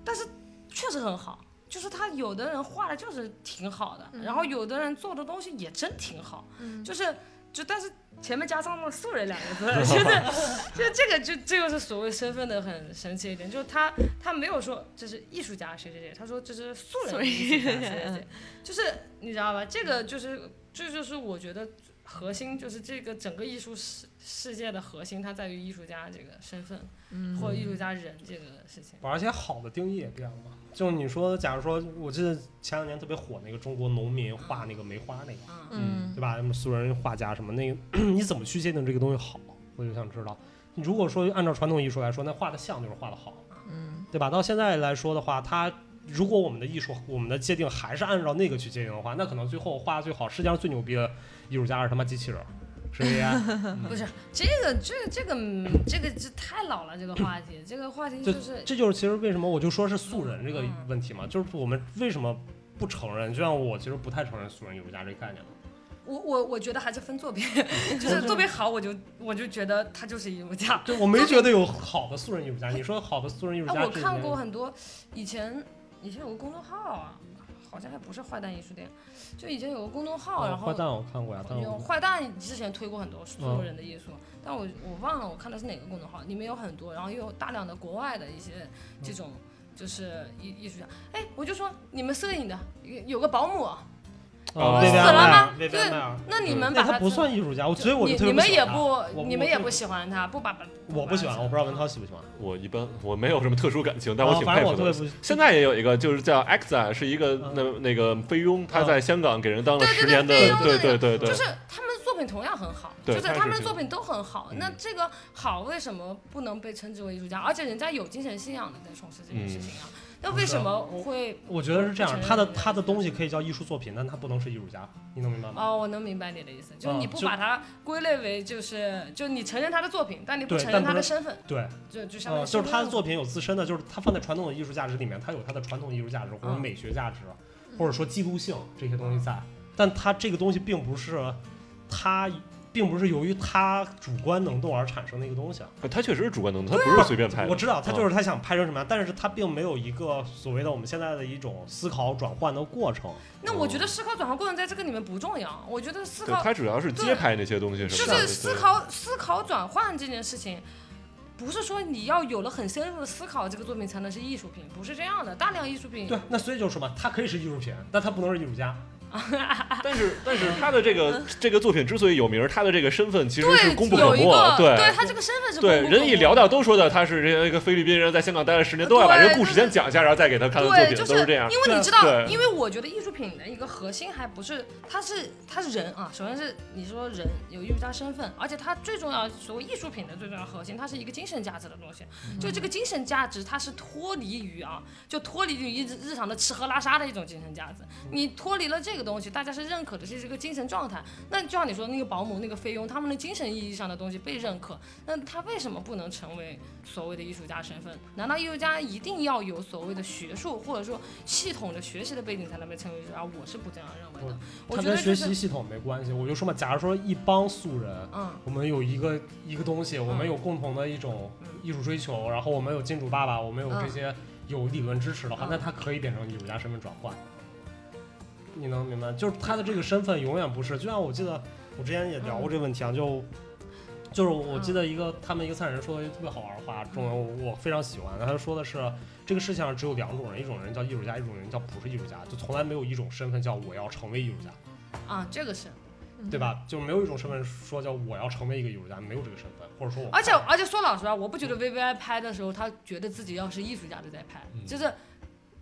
但是确实很好，就是他有的人画的就是挺好的，嗯然后有的人做的东西也真挺好，嗯就是就但是前面加上了“素人”两个字， 就是就这个就这就是所谓身份的很神奇一点，就是他他没有说这是艺术家谁谁谁，他说这是素素人人艺术家谁谁 嗯谁，就是你知道吧？这个就是这就是我觉得核心，就是这个整个艺术世世界的核心，它在于艺术家这个身份，或者艺术家人这个事情。而且好的定义也变了嘛。就是你说，假如说，我记得前两年特别火那个中国农民画那个梅花那个，嗯，嗯对吧？什么素人画家什么那个， 你怎么去界定这个东西好？我就想知道。你如果说按照传统艺术来说，那画的像就是画的好，嗯对吧？到现在来说的话，它如果我们的艺术，我们的界定还是按照那个去界定的话，那可能最后画的最好，世界上最牛逼的艺术家是他妈机器人，是 AI。不是这个这个这个嗯这个这太老了，这个话题，这个话题就是这就是其实为什么我就说是素人这个嗯问题嘛，就是我们为什么不承认？就像我其实不太承认素人艺术家这个概 念嘛。我我我觉得还是分作品，就是作品好，我就我就觉得他就是艺术家。对，我没觉得有好的素人艺术家。你说好的素人艺术哎、家，我看过很多，以前以前有个公众号啊，好像还不是坏蛋艺术店，就以前有个公众号，然啊，后坏蛋我看过呀，但有我坏蛋之前推过很多所哦有人的艺术，但我我忘了我看的是哪个公众号，里面有很多，然后又有大量的国外的一些哦这种就是艺艺术家。哎，我就说你们摄影的有有个保姆，哦薇薇死安了迈尔吗薇薇对安迈尔那你们那把哎他不怎么算艺术家，我所以我就你特别你们喜也欢他不我你们也我不喜欢他，不把我不喜欢，我不知道文涛喜不喜欢，我一般我没有什么特殊感情，但我挺啊反佩正我服特的别。不现在也有一个，就是叫 EXA，是一个嗯那那个菲佣，他在香港给人当了对对十对年的菲佣，对那个对对就对是，他们的作品同样很好，对就是他是他们的这作品都很好嗯。那这个好为什么不能被称之为艺术家？而且人家有精神信仰的在从事这件事情啊，那为什么会？嗯啊我觉得是这样，不承认他的他的东西可以叫艺术作品，但他不能是艺术家，你能明白吗？哦，我能明白你的意思，就是啊你不就把它归类为就是，就你承认他的作品，但你不对承但认不他的是身份，对，就就相当呃，于就是他的身份作品有自身的，就是他放在传统的艺术价值里面，他有他的传统艺术价值或者嗯美学价值，啊或者说记录性这些东西在，但他这个东西并不是他。并不是由于他主观能动而产生的一个东西，啊他确实是主观能动，他不是随便拍我的。嗯知道他就是他想拍成什么样，但是他并没有一个所谓的我们现在的一种思考转换的过程。那我觉哦得思考转换过程在这个里面不重要，我觉得思对考他主要是街拍那些东西就什么的，是思考思考转换这件事情，不是说你要有了很深入的思考，这个作品才能是艺术品，不是这样的。大量艺术品，对，那所以就是说嘛，他可以是艺术品，但他不能是艺术家。对。但是但嗯是他的这个这个作品之所以有名，他的这个身份其实是功不可有一没个，。他这个身份是对，功不可人一没聊到都说到他是这一个菲律宾人，在香港待了十年，都要把这个故事先讲一下，然后再给他看他的对，作就品，都是这样。因为你知对道，对因为我觉得艺术品的一个核心还不是它是它是人啊，首先是你说人有艺术家身份，而且它最重要所谓艺术品的最重要核心，它是一个精神价值的东西。就这个精神价值，它是脱离于啊，就脱离于日日常的吃喝拉撒的一种精神价值。你脱离了这个东西，大家是认可的是这个精神状态。那就像你说那个保姆、那个菲佣，他们的精神意义上的东西被认可，那他为什么不能成为所谓的艺术家身份？难道艺术家一定要有所谓的学术或者说系统的学习的背景才能被称为艺术家？我是不这样认为的。嗯我他觉跟得学就是习，系统没关系。我就说嘛，假如说一帮素人，嗯，我们有一个一个东西，我们有共同的一种嗯艺术追求，然后我们有金主爸爸，我们有嗯这些有理论支持的话嗯，那他可以变成艺术家身份转换。你能明白？就是他的这个身份永远不是，就像我记得我之前也聊过这个问题嗯啊，就就是我记得一个他们一个参展人说的一个特别好玩的话，中嗯文我我非常喜欢。他说的是这个世界上只有两种人，一种人叫艺术家，一种人叫不是艺术家，就从来没有一种身份叫我要成为艺术家。啊，这个是，哦对吧？就没有一种身份说叫我要成为一个艺术家，没有这个身份，或者说我而且而且说老实话，我不觉得 V V I 拍的时候，他觉得自己要是艺术家的在拍，嗯就是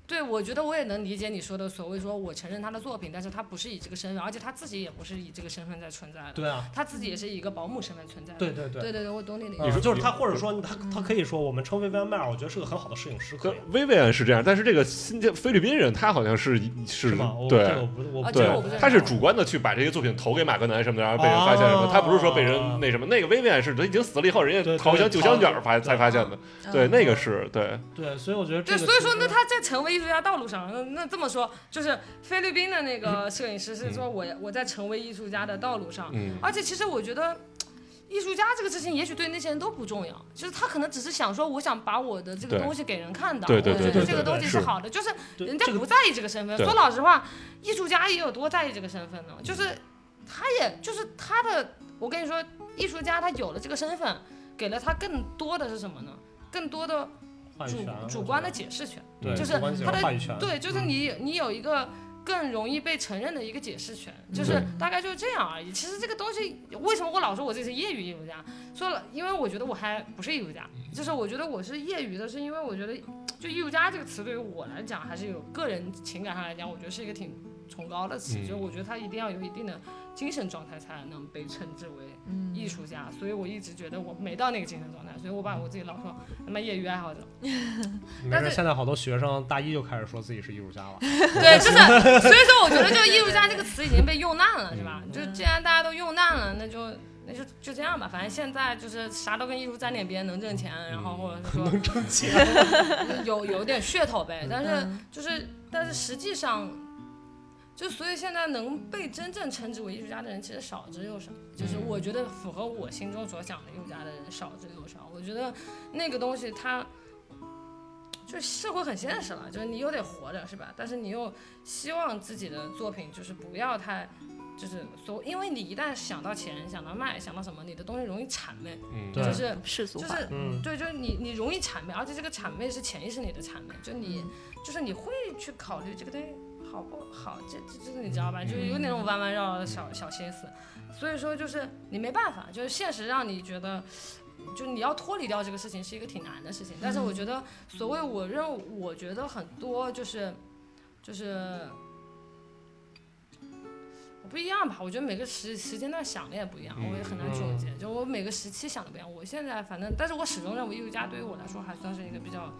对，我觉得我也能理解你说的所谓说我承认他的作品，但是他不是以这个身份，而且他自己也不是以这个身份在存在的，对啊，他自己也是以一个保姆身份存在的。对对对。对对对，我懂你的意啊你嗯思。说就是他，或者说他，他可以说我们称为 Van m a 我觉得是个很好的摄影师，可跟以薇薇安是这样，但是这个新疆菲律宾人他好像是是是吗？我这个对我不，我啊不这对个我不知道，他是主观的去把这些作品投给马格南什么的，然后被人发现什么哦，他不是说被人那什么，那个薇薇安是他已经死了以后，人对对家烤箱对酒香卷逃儿发才发现的，嗯对，那个是对，对，所以我觉得这个对，所以说其实那他在成为艺术家道路上，那那这么说，就是菲律宾的那嗯个摄影师是说我我在成为艺术家的道路上，嗯，而且其实我觉得。艺术家这个事情，也许对那些人都不重要，就是他可能只是想说，我想把我的这个对东西给人看到，对对我对觉对得对这个东西对是是好的，就是对人家这个不在意这个身份。对说老实话，艺术家也有多在意这个身份呢？就是他也就是他的，我跟你说，艺术家他有了这个身份，给了他更多的是什么呢？更多的话语主权我主觉观得的解释权，对，就是主观性他的话语权，对，就是嗯你你有一个更容易被承认的一个解释权，就是嗯大概就是这样而已。其实这个东西，为什么我老说我自己是业余艺术家？说了，因为我觉得我还不是艺术家，嗯就是我觉得我是业余的，是因为我觉得就艺术家这个词对于我来讲，还是有个人情感上来讲，我觉得是一个挺崇高的词，嗯就是我觉得他一定要有一定的精神状态才能被称之为艺术家，所以我一直觉得我没到那个精神状态，所以我把我自己老说他妈业余爱好者。没但事，是现在好多学生大一就开始说自己是艺术家了， 对，就是 所以说，我觉得这个艺术家这个词已经被用烂了，是吧？就既然大家都用烂了，那就。那就就这样吧，反正现在就是啥都跟艺术沾点边，能挣钱，然后或者是说挣钱。有有点噱头呗。但是就是，但是实际上，就所以现在能被真正称之为艺术家的人其实少之又少。就是我觉得符合我心中所想的艺术家的人少之又少。我觉得那个东西它。就是社会很现实了，就是你又得活着，是吧？但是你又希望自己的作品就是不要太，就是所，因为你一旦想到钱、想到卖、想到什么，你的东西容易谄媚，嗯对就是世俗就化，是嗯，对，就是你你容易谄媚，而且这个谄媚是潜意识里的谄媚，就你、就是你会去考虑这个东西好不好，这这这你知道吧？就是有那种弯弯绕绕的小小心思，所以说就是你没办法，就是现实让你觉得。就你要脱离掉这个事情是一个挺难的事情，但是我觉得所谓我认，我觉得很多就是就是不一样吧。我觉得每个时时间段想的也不一样，我也很难总嗯结。就我每个时期想的不一样，我现在反正，但是我始终认为艺术家对于我来说还算是一个比较，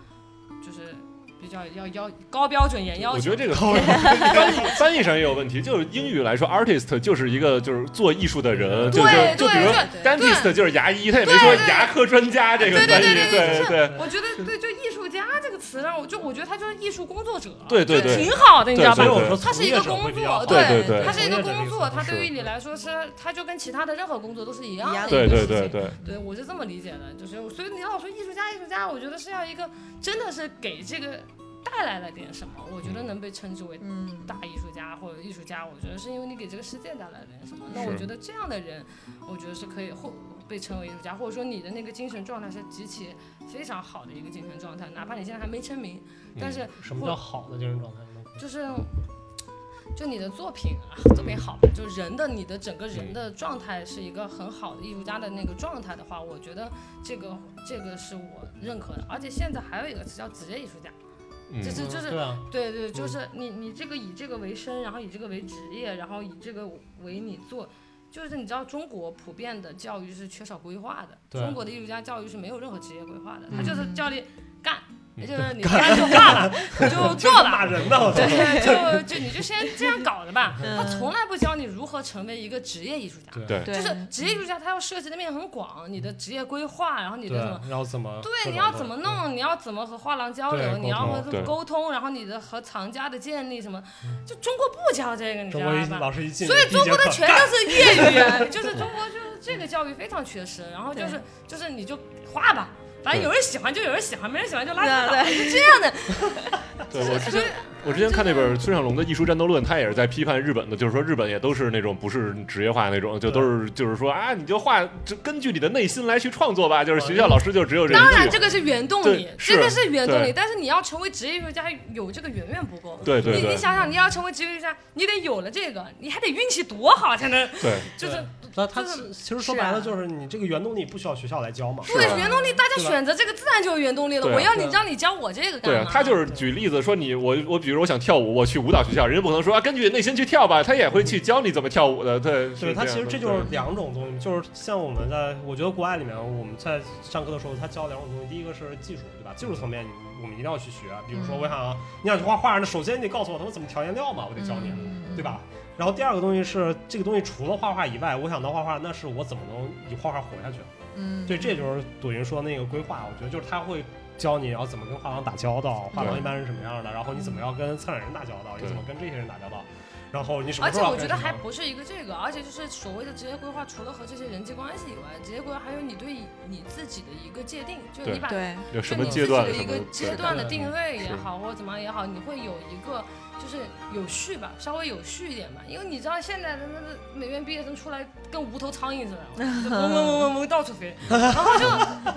就是比较要要高标准严要求。我觉得这个翻译翻译上也有问题，就是英语来说，artist 就是一个就是做艺术的人，就对就就比对如说对 dentist 就是牙医，他也没说牙科专家这个对对翻译，对对对对我觉得对，就艺术家这个词让我就我觉得他就是艺术工作者，对对就对挺好的，你知道对所吧以对？我说它是一个工作，对对对它是一个从业者工的意作，思它是对于你来说是，它就跟其他的任何工作都是一样一样的，的对对对。对，对，我是这么理解的，就是所以你要说艺术家，艺术家，我觉得是要一个真的是给这个带来了点什么，我觉得能被称之为嗯，大艺术家或者艺术家，我觉得是因为你给这个世界带来了点什么。那是我觉得这样的人，我觉得是可以或被称为艺术家，或者说你的那个精神状态是极其非常好的一个精神状态，哪怕你现在还没成名，但嗯是什么叫好的精神状态？就是。就你的作品啊，作品好，就人的你的整个人的状态是一个很好的艺术家的那个状态的话，我觉得这个这个是我认可的。而且现在还有一个词叫职业艺术家，嗯就是就是对啊，对对，就是你你这个以这个为生，然后以这个为职业，然后以这个为你做，就是你知道中国普遍的教育是缺少规划的，对中国的艺术家教育是没有任何职业规划的，他就是叫你干，嗯也就是你干就干了，你就做吧骂。人呢，我操！对，就就你就先这样搞的吧。他嗯从来不教你如何成为一个职业艺术家，对对对，就是职业艺术家他要涉及的面很广，你的职业规划，然后你的对什么，然后怎啊么？对，你要怎么？弄？你要怎么和画廊交对流？沟你要通和他对嗯们沟通，然后你的和藏家的建立什么？就中国不教这个，你知中道国一吧？老师一进，所以中国的全都是 业余，就是中国就是这个教育非常缺失。然后就是就是你就画吧，反正有人喜欢就有人喜欢，没人喜欢就拉倒，对就这样的。对我之所以前我之前看那本村上龙的《艺术战斗论》，他也是在批判日本的，就是说日本也都是那种不是职业化那种，就都是就是说啊，你就画就根据你的内心来去创作吧，就是学校老师就只有这一当然个这个是原动对力，是这个是原动力，对但是你要成为职业艺术家，有这个远远不够。对对你对你想想，你要成为职业艺术家，你得有了这个，你还得运气多好才能对就是但它就是啊是其实说白了就是你这个原动力不需要学校来教嘛，是对啊原动力，大家对吧选择这个自然就有原动力了。对啊我要对你啊让你教我这个干对嘛？啊，他就是举例子说你我我比如我想跳舞，我去舞蹈学校，人家不可能说啊根据内心去跳吧，他也会去教你怎么跳舞的。对，对，是它这其样实的这就是两种东西，就是像我们在，我觉得国外里面我们在上课的时候，它教两种东西，第一个是技术，对吧？技术层面你我们一定要去学，比如说嗯我想你想去画画，那首先你得告诉我他们怎么调颜料嘛，我得教你，嗯对吧？然后第二个东西是这个东西除了画画以外，我想到画画，那是我怎么能以画画活下去？嗯，对，这就是朵云说那个规划，我觉得就是他会。教你要怎么跟画廊打交道，画廊对一般是什么样的，然后你怎嗯么要跟策展人打交道，你对怎么跟这些人打交道，然后你什么而时且候要我觉干得什还么不是一个这个，而且就是所谓的职业规划，除了和这些人际关系以外，职业规划还有你对你自己的一个界定，就是你对把对，有什对么你阶自己段的什一么个的阶对段的对定位也是好，或者怎么样也好，你会有一个就是有序吧，稍微有序一点吧，因为你知道现在的那个美院毕业生出来跟无头苍蝇似的，嗡嗡嗡嗡嗡到处 飞，然后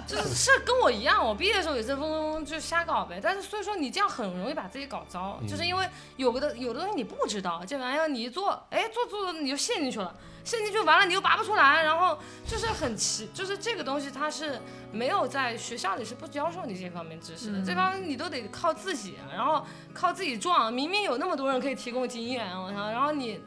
就就是是跟我一样，我毕业的时候也是嗡嗡嗡就瞎搞呗。但是所以说你这样很容易把自己搞糟，就是嗯因为有的有的东西你不知道，这玩意儿你一做，哎，做做着你就陷进去了。陷进去完了，你又拔不出来，然后就是很奇，就是这个东西它是没有在学校里是不教授你这方面知识的，这方面你都得靠自己，啊然后靠自己撞。明明有那么多人可以提供经验，我操，然后你，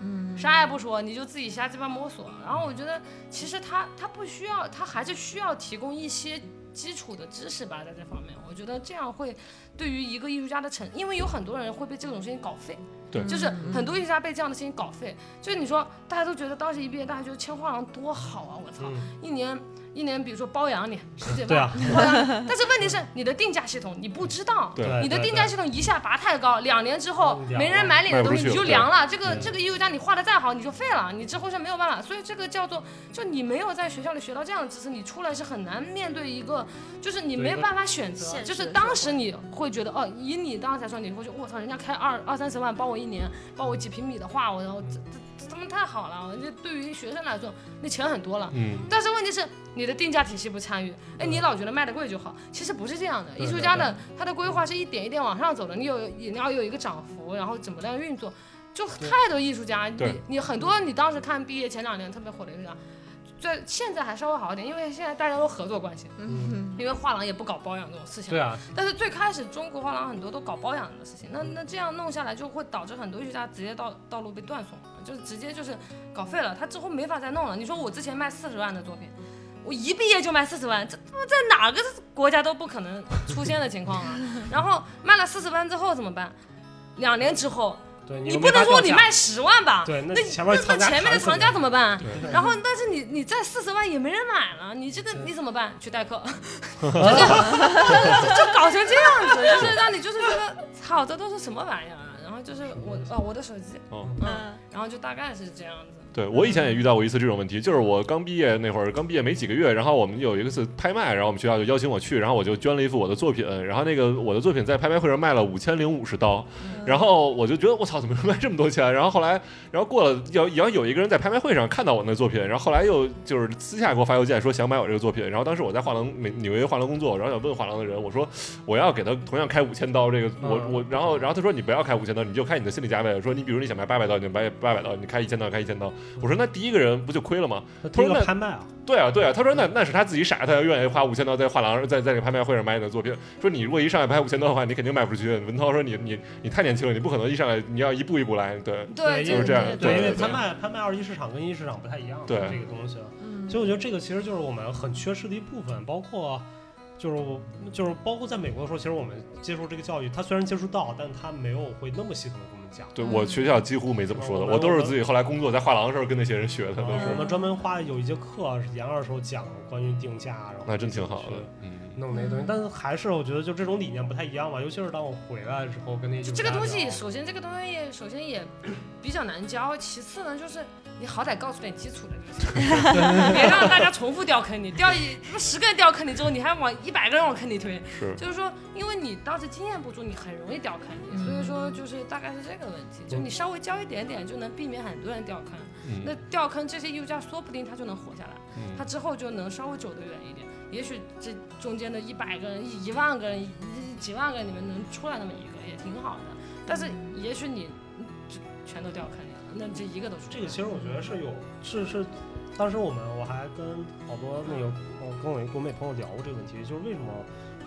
嗯，啥也不说，你就自己瞎鸡巴摸索。然后我觉得其实他他不需要，他还是需要提供一些。基础的知识吧，在这方面，我觉得这样会对于一个艺术家的成，因为有很多人会被这种事情搞废，对就是很多艺术家被这样的事情搞废，就是你说大家都觉得当时一毕业大家觉得签画廊多好啊，我操，嗯一年一年，比如说包养你十几万，对啊，包养你但是问题是你的定价系统你不知道，对对你的对定对价系统一下拔太高，两年之后嗯没人买你的东西卖不出去你就凉了，这个对这个艺术家你画的再好你就废了，你之后是没有办法，所以这个叫做就你没有在学校里学到这样的知识，你出来是很难面对一个，就是你没有办法选择，现就实是的当社时你会觉得哦，以你当时来说你会觉得我操，人家开二二三十万包我一年，包我几平米的画，我然后这这这他妈太好了，这对于学生来说那钱很多了。嗯，但是问题是，你的定价体系不参与，哎，嗯你老觉得卖的贵就好，其实不是这样的。对艺术家的他的规划是一点一点往上走的，你有你要有一个涨幅，然后怎么样运作，就太多艺术家，对你你很多你当时看毕业前两年特别火的艺术家，在现在还稍微好一点，因为现在大家都合作关系，嗯因为画廊也不搞包养这种事情对，啊，但是最开始中国画廊很多都搞包养的事情，那那这样弄下来就会导致很多艺术家职业道道路被断送了，就是直接就是搞废了，他之后没法再弄了。你说我之前卖四十万的作品，我一毕业就卖四十万，这他妈在哪个国家都不可能出现的情况啊！然后卖了四十万之后怎么办？两年之后，对你又不没能法说掉你价卖十万吧？对，那那前面那藏家前面的砍死藏你家怎么办？对然后，但是你你在四十万也没人买了，你这个你怎么办？去 代课， 就是就就搞成这样子，就是让你就是觉得操，这都是什么玩意儿啊？然后就是我啊，我的手机，哦。嗯，然后就大概是这样子。对我以前也遇到过一次这种问题，就是我刚毕业那会儿，刚毕业没几个月，然后我们有一次拍卖，然后我们学校就邀请我去，然后我就捐了一幅我的作品，然后那个我的作品在拍卖会上卖了五千零五十刀，然后我就觉得我操，怎么卖这么多钱？然后后来，然后过了要然后有一个人在拍卖会上看到我那作品，然后后来又就是私下给我发邮件说想买我这个作品，然后当时我在画廊美纽约画廊工作，然后想问画廊的人，我说我要给他同样开五千刀这个，我嗯我然后然后他说你不要开五千刀，你就开你的心理价位，说你比如你想卖八百刀，你就卖八百刀，你开一千刀开一千刀。我说那第一个人不就亏了吗？那突推然个那拍卖啊，对啊，对啊，他说那那是他自己傻，他愿意花五千刀在画廊在在那个拍卖会上买你的作品。说你如果一上来拍五千刀的话，你肯定卖不出去。文涛说你你你太年轻了，你不可能一上来你要一步一步来。对，对，就是这样对，对因为对拍卖拍卖二级市场跟一级市场不太一样，对这个东西，嗯所以我觉得这个其实就是我们很缺失的一部分，包括。就是我，就是包括在美国的时候，其实我们接受这个教育，他虽然接触到，但他没有会那么系统的跟我们讲。对我学校几乎没怎么说的，嗯嗯我都嗯是自己后来工作在画廊的时候跟那些人学的，都我是嗯们专门花有一节课是研二的时候讲关于定价，然后那真挺好的。嗯，弄那些东西，但是还是我觉得就这种理念不太一样吧，尤其是当我回来之后跟那些这个东家西，聊首先这个东西首先也比较难教，其次呢就是你好歹告诉点基础的就行，别让大家重复掉坑里，掉一十个人掉坑里之后，你还往一百个人往坑里推，是就是说，因为你当时经验不足，你很容易掉坑里，所以说就是大概是这个问题，就你稍微教一点点就能避免很多人掉坑。嗯那掉坑这些艺术家说不定他就能活下来，嗯他之后就能稍微走得远一点，也许这中间的一百个人、一一万个人、一一几嗯嗯万个人里面能出来那么一个也挺好的，但是也许你你就全都掉坑里了。那这一个都是这个其实我觉得是有，是是，当时我们我还跟好多那个我跟我一国美朋友聊过这个问题，就是为什么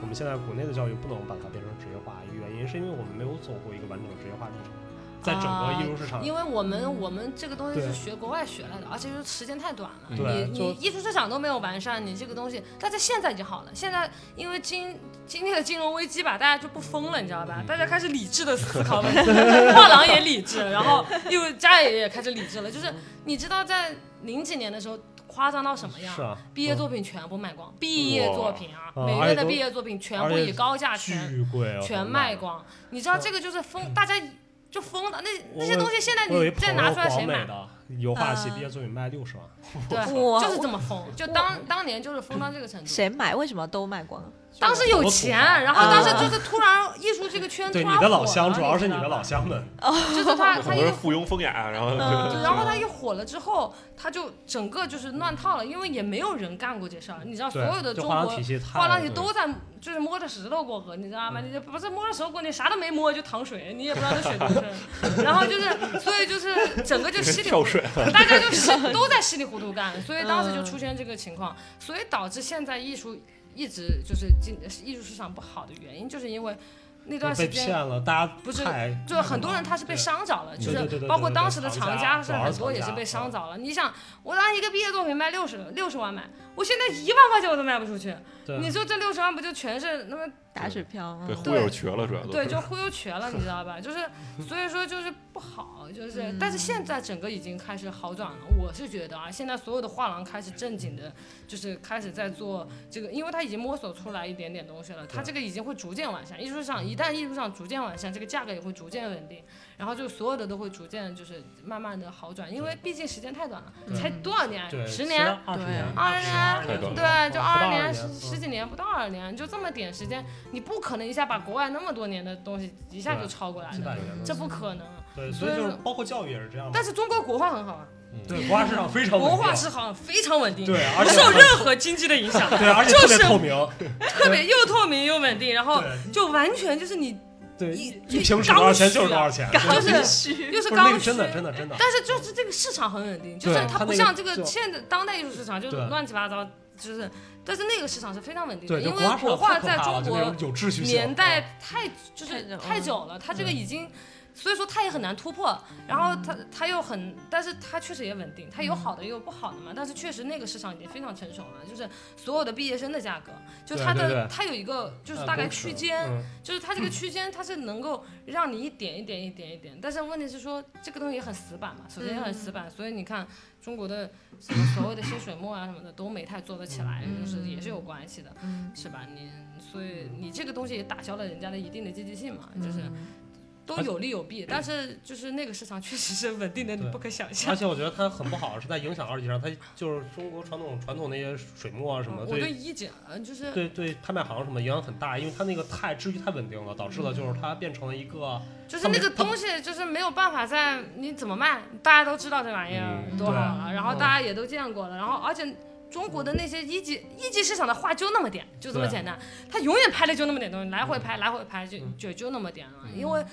我们现在国内的教育不能把它变成职业化，一个原因是因为我们没有走过一个完整的职业化进程，在整个艺术市场，因为我们我们这个东西嗯是对学国外学来的，而且就是时间太短了，对你就你艺术市场都没有完善，你这个东西，但在现在就好了。现在因为经经历了金融危机吧，大家就不疯了，你知道嗯吧？大家开始理智的 思考问题， 画廊也理智，然后又家里也开始理智了。嗯就是你知道在零几年的时候夸张到什么样是？啊，毕业作品全部卖光，毕业作品啊，哇每啊而且月的都毕业作品全而部且以高价钱巨贵啊，全卖光。你知道这个就是疯，大家就疯了。那我那些东西现在我有一你朋再友拿出来广谁美买？的 油画系嗯啊毕业作品卖六十万，对，哇就是这么疯。就当当年就是疯到这个程度。谁买？为什么都卖光？当时有钱，然后当时就是突然艺术这个圈突啊对然你火了，的老乡，主要是你你知的道吧老，乡们，就是 他很他多一人附庸风雅，然后嗯对然啊后他一火了之后，他就整个就是乱套了，因为也没有人干过这事儿。你知道，所对，有的就中画廊国体系画太嗯廊你都在就是摸着石头过河，你知道吗？你就不是摸着石头过，你啥都没摸就淌水，你也不知道这水多深。然后就是，所以就是整个就稀里糊跳涂水，，大家就是都在稀里糊涂干，所以当时就出现这个情况，所以导致现在艺术一直就是进艺术市场不好的原因，就是因为那段时被间骗了，大家不是太就是很多人他是被对伤着了，就对对对是对包括对对当时的厂家家是主要是很多也是厂家啊被伤着了。你想，我当时一个毕业作品卖六十六十万买，我现在一万块钱我都卖不出去，对你说这六十万不就全是那么打水漂。对嗯忽悠瘸了主要都。对就忽悠瘸了，你知道 吧？就是所以说就是不好，就是、嗯但是现在整个已经开始好转了，我是觉得啊，现在所有的画廊开始正经的，就是开始在做这个，因为它已经摸索出来一点点东西了，它这个已经会逐渐完善。艺术上一旦艺术上逐渐完善，这个价格也会逐渐稳定，然后就所有的都会逐渐就是慢慢的好转，因为毕竟时间太短了，对才多少年对，十年。二十对年，二十12年左右对，就不到二二十年十十嗯十几年不到二十年，就这么点时间，你不可能一下把国外那么多年的东西一下就超过来嗯几的，百年，这不可能。对，所以就是包括教育也是这样嘛，但是中国国画很好啊，对国画市场非常稳定国画市场非常稳定，对，而不且受任何经济的影响，对，而且特别透明，哦特别又透明又稳定，然后对就完全就是你对，一一瓶是多少钱刚需就啊是多少 钱，刚真的需又不是是那刚个需，真的真的真的，但是就是这个市场很稳定，就是对它它不那个像这个就现在当代艺术市场就是对乱七八糟，就是但是那个市场是非常稳定的，对，就因国画为市国场画太可在怕中了，就国那种有秩序性嗯年代太就太久是了嗯太久了，它这个对已经，所以说它也很难突破。然后它它又很，但是它确实也稳定，它有好的也有不好的嘛。但是确实那个市场已经非常成熟了，就是所有的毕业生的价格，就对它对的对它有一个就是按大概公尺区间，嗯就是它这个区间它是能够让你一点一点一点一点。但是问题是说这个东西也很死板嘛，首先也很死板，所以你看中国的什么所谓的些水墨啊什么的都没太做得起来，嗯就是也是有关系的。嗯是吧？你所以你这个东西也打消了人家的一定的积极性嘛，嗯就是都有利有弊，但是就是那个市场确实是稳定的，你对不可想而象。且我觉得它很不好，是在影响二级市场，它就是中国传统传统那些水墨啊什么，嗯我对对一姐，呃就是对对，拍卖行什么影响很大，因为它那个太秩序太稳定了，导致了就是它变成了一个就是他那们个他东西，就是没有办法在你怎么卖，大家都知道这玩意儿嗯多好对了，然后嗯大家也都见过了，然后而且中国的那些一级一级市场的画就那么点，就这么对简单，他永远拍的就那么点东西，来回拍来回拍就嗯就就那么点了，嗯因为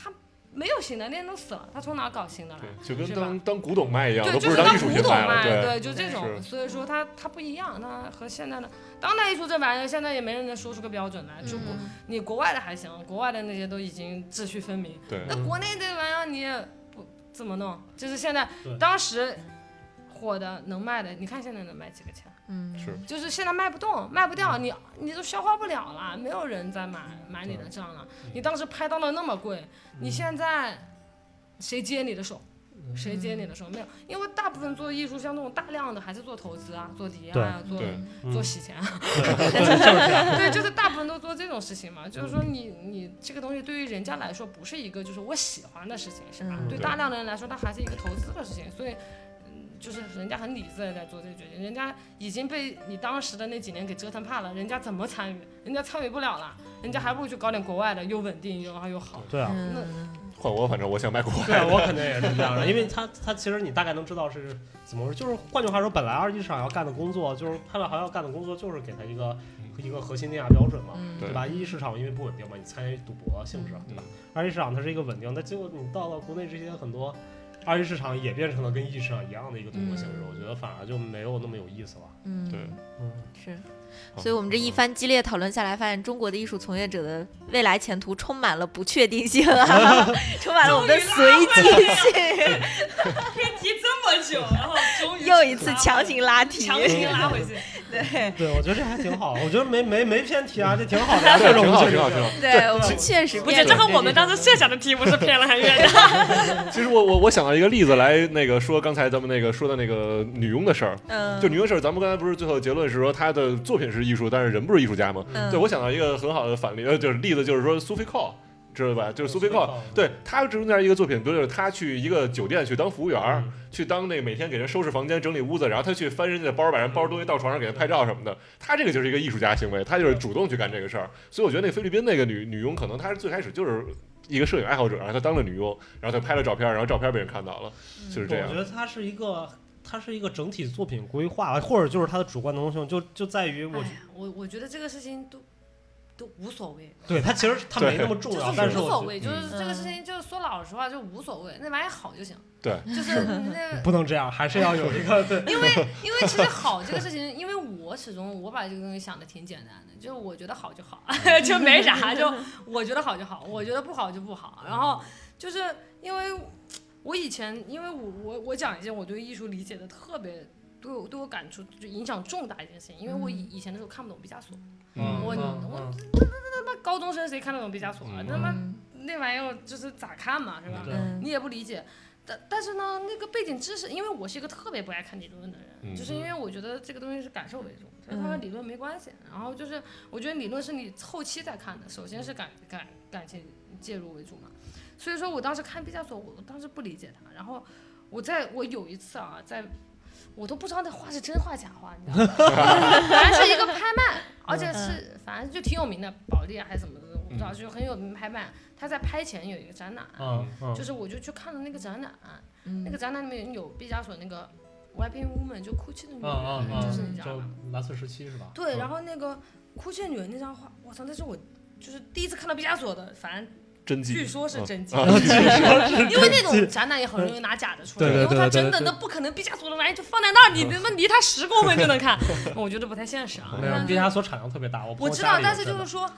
他没有新的，那都死了，他从哪儿搞新的来？对，就跟是吧当当古董卖一样，对，都就不是是当当艺术古品董卖卖，了。就这种，是所以说它它不一样，它和现在的当代艺术这玩意儿，现在也没人能说出个标准来。中国、你国外的还行，国外的那些都已经秩序分明，对那嗯国内这玩意儿你也不怎么弄，就是现在对当时火的能卖的，你看现在能卖几个钱？嗯对，是就是现在卖不动，卖不掉，你你都消化不了了，没有人再买买你的账了。你当时拍到了那么贵，你现在谁接你的手？谁接你的手？没有，因为大部分做艺术像这种大量的还是做投资啊，做抵押啊，做对嗯做洗钱啊，对就是这样。 对，就是大部分都做这种事情嘛。就是说你你这个东西对于人家来说不是一个就是我喜欢的事情，是吧？嗯对对大量的人来说，它还是一个投资的事情，所以。嗯就是人家很理智的在做这个决定，人家已经被你当时的那几年给折腾怕了，人家怎么参与？人家参与不了了，人家还不如去搞点国外的，又稳定又然后又好。对啊，换我，反正我想卖国 对啊，外。我肯定也是这样的，因为它它其实你大概能知道是怎么回事。就是换句话说，本来二级市场要干的工作，就是拍卖行要干的工作，就是给它一个嗯一个核心定价标准嘛，嗯对吧？一级市场因为不稳定嗯嘛，你参与赌博性质，对吧？二级市场它是一个稳定，但结果你到了国内这些很多。二级市场也变成了跟一级市场一样的一个综合嗯形式，我觉得反而就没有那么有意思了。嗯， 对，嗯，是。好所以，我们这一番激烈讨论下来，发现中国的艺术从业者的未来前途充满了不确定性啊，充满了我们的随机 偏题这么久，然后终于性，又一次强行拉题。强行拉回去。对对，我觉得这还挺好，我觉得没没没偏题啊，这挺好的呀，对这种挺好，这挺好，种挺好。对，我们确实不是，这和我们当时设想的题目是偏了很远 的。其实我我我想到一个例子来那个说刚才咱们那个说的那个女佣的事儿，嗯，就女佣事儿，咱们刚才不是最后结论是说她的作品是艺术，但是人不是艺术家吗？嗯对，我想到一个很好的反例，呃，就是例子，就是说苏菲寇，知道吧？就是苏菲苏菲寇寇，对她中间一个作品，不就是她去一个酒店去当服务员儿嗯，去当那个每天给人收拾房间、整理屋子，然后她去翻人家的包，把人包东西到床上给人拍照什么的。她这个就是一个艺术家行为，她就是主动去干这个事儿。所以我觉得那菲律宾那个女女佣，可能她是最开始就是。一个摄影爱好者，然后她当了女佣，然后她拍了照片，然后照片被人看到了，嗯就是这样我觉。得它是一个，它是一个整体作品规划，或者就是它的主观能动性，就就在于我，哎呀我我觉得这个事情都都无所谓，对它其实它没那么重就是要，啊但是无所我觉谓，得就是这个嗯事情，就是说老实话，就无所谓，那玩意儿好就行。对，就是 那。不能这样，还是要有一个对，因为因为其实好这个事情，因为我始终我把这个东西想的挺简单的，就是我觉得好就好，嗯 就 没啥，就我觉得好就好，我觉得不好就不好。然后就是因为我以前，因为我我我讲一件我对艺术理解的特别。对我对我感触就影响重大一件事情，因为我嗯以以前的时候看不懂毕加索，嗯我嗯我嗯那高中生谁看得懂毕加索啊？嗯那么那玩意儿就是咋看嘛，是吧？对嗯你也不理解。但但是呢，那个背景知识，因为我是一个特别不爱看理论的人，嗯就是因为我觉得这个东西是感受为主，它嗯和理论没关系。然后就是我觉得理论是你后期再看的，首先是感感感情介入为主嘛。所以说我当时看毕加索，我我当时不理解他，然后我在我有一次啊，在我都不知道那画是真画假画，你知道吗？ 反正是一个拍卖，而嗯且是反正就挺有名的，保利啊还是怎么的，我不知道，就很有名拍卖。他在拍前有一个展览，嗯嗯就是我就去看了那个展览，那个展览里面有毕加索那个 Weeping Woman，就哭泣的女嗯嗯人，嗯，就是你知道就吗？蓝色时期是吧？对，然后后那个哭泣的女人那张画，我操，那是我就是第一次看到毕加索的，反正真迹，据说嗯是真迹。啊因为那种展览也很容易拿假的出来，对对因为它对对真的对嗯那不可能毕加索的玩意就放在那儿，你他妈离它十公分就 能看，我觉得不太现实啊。 没有但毕是加索产量特别大，我我我知道，但是就 是说，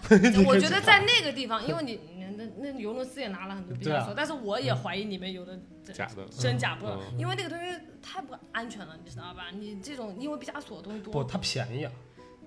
我觉得在那个地方，因为你那那那尤伦斯也拿了很多毕对加啊索，但是我也怀疑里面有的真假的真假不知道嗯，因为那个东西太不安全了，你知道吧？你这种因为毕加索的东西不，多它便宜啊，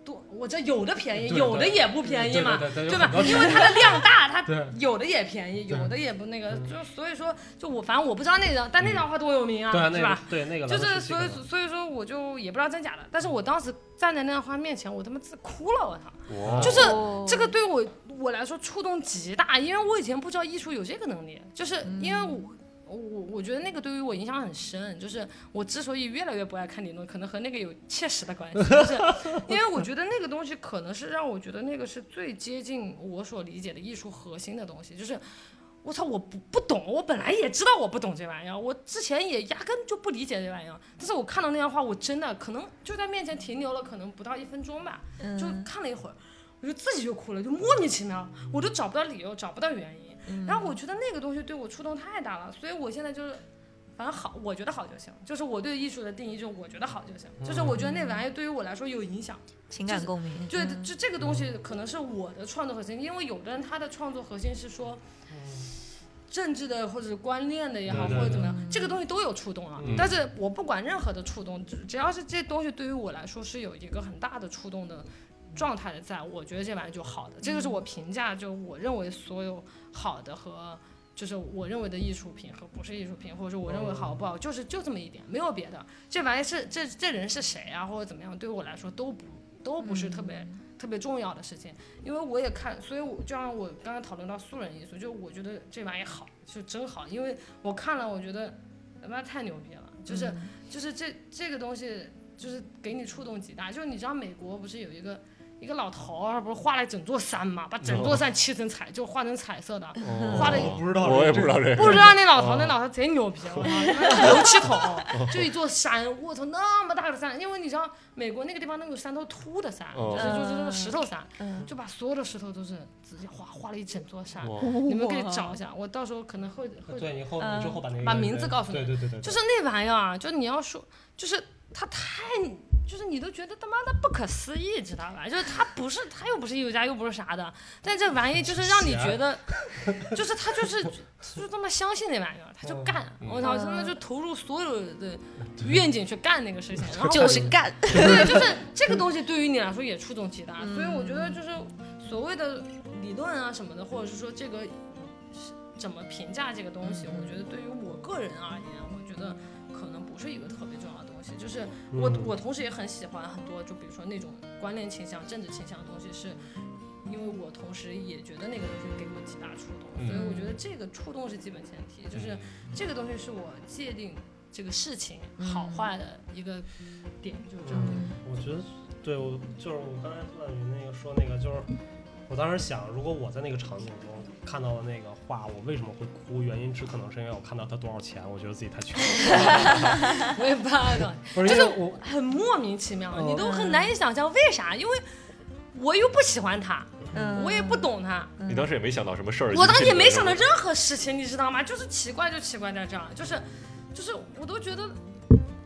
多，我这有的便宜，对有的对也不便宜嘛，对对对对有吧很？多因为它的量大，它对有的也便宜，对有的也不那个，就所以说，就我反正我不知道那张，但那张画多有名啊，对啊，那是个吧？对那个就蓝是色时期所可以能所以说我就也不知道真假的，但是我当时站在那张画面前，我他妈自哭了，我操！哇就是这个对我我来说触动极大，因为我以前不知道艺术有这个能力，就是因为我。我我觉得那个对于我影响很深，就是我之所以越来越不爱看理论，可能和那个有切实的关系， 就是因为我觉得那个东西可能是让我觉得那个是最接近我所理解的艺术核心的东西，就是我操，我不不懂，我本来也知道我不懂这玩意儿，我之前也压根就不理解这玩意儿，但是我看到那样画，我真的可能就在面前停留了可能不到一分钟吧，就看了一会儿，我就自己就哭了，就莫名其妙，我都找不到理由，找不到原因。然后我觉得那个东西对我触动太大了，所以我现在就是，反正好，我觉得好就行。就是我对艺术的定义就是我觉得好就行，就是我觉得那玩意对于我来说有影响。情感共嗯鸣，就就这个东西可能是我的创作核心，因为有的人他的创作核心是说。政治的或者是观念的也好，嗯对对或者怎么样，这个东西都有触动啊。嗯但是我不管任何的触动，只只要是这东西对于我来说是有一个很大的触动的状态的在，我觉得这玩意就好的。这个是嗯我评价，就我认为所有好的和就是我认为的艺术品和不是艺术品，或者是我认为好不好，就是就这么一点，没有别的。这玩意是这这人是谁啊，或者怎么样，对我来说都不都不是特别、特别重要的事情。因为我也看，所以我就像我刚刚讨论到素人艺术，就我觉得这玩意好，是真好，因为我看了，我觉得他妈太牛逼了，就是、就是这这个东西就是给你触动极大。就是你知道美国不是有一个一个老头儿不是画了一整座山嘛，把整座山漆成彩，就画成彩色的，哦画的我不知道我也这不个知道 这不个。知道那老头，哦那老头贼牛逼，我操，油漆桶，哦就一座山，我操，那么大个山，因为你知道美国那个地方那个山都是秃的山，哦就是就是那个石头山，嗯，就把所有的石头都是直接画画了一整座山，哇你们可以找一下，我到时候可能会会对，以后嗯你之后把那个把名字告诉你对对对对，对就是那玩意儿啊，就你要说，就是他太，就是你都觉得他妈的不可思议，知道吧？就是他不是，他又不是艺术家，又不是啥的，但这玩意就是让你 觉得，就是他就是就他妈相信那玩意儿，他就干，嗯我操，他妈就投入所有的愿景去干那个事情，然后就是干，对，就是这个东西对于你来说也触动极大，所以我觉得就是所谓的理论啊什么的，或者是说这个是怎么评价这个东西，我觉得对于我个人而言，我觉得可能不是一个特别重要的东西。就是我、嗯我同时也很喜欢很多，就比如说那种观念倾向、政治倾向的东西是。因为我同时也觉得那个东西给我极大触动，所以我觉得这个触动是基本前提，嗯就是这个东西是我界定这个事情好坏的一个点，就是这样。我觉得对我就是我刚才万宇那个说那个就是，我当时想，如果我在那个场景中看到了那个画，我为什么会哭？原因只可能是因为我看到他多少钱，我觉得自己太穷 了。 我也不知道，不是就因是为我很莫名其妙，嗯你都很难以想象为啥，因为我又不喜欢他，嗯，我也不懂他，你当时也没想到什么事儿，我当时时也没想到任何事情，你知道吗？就是奇怪，就奇怪在这儿，就是，就是我都觉得。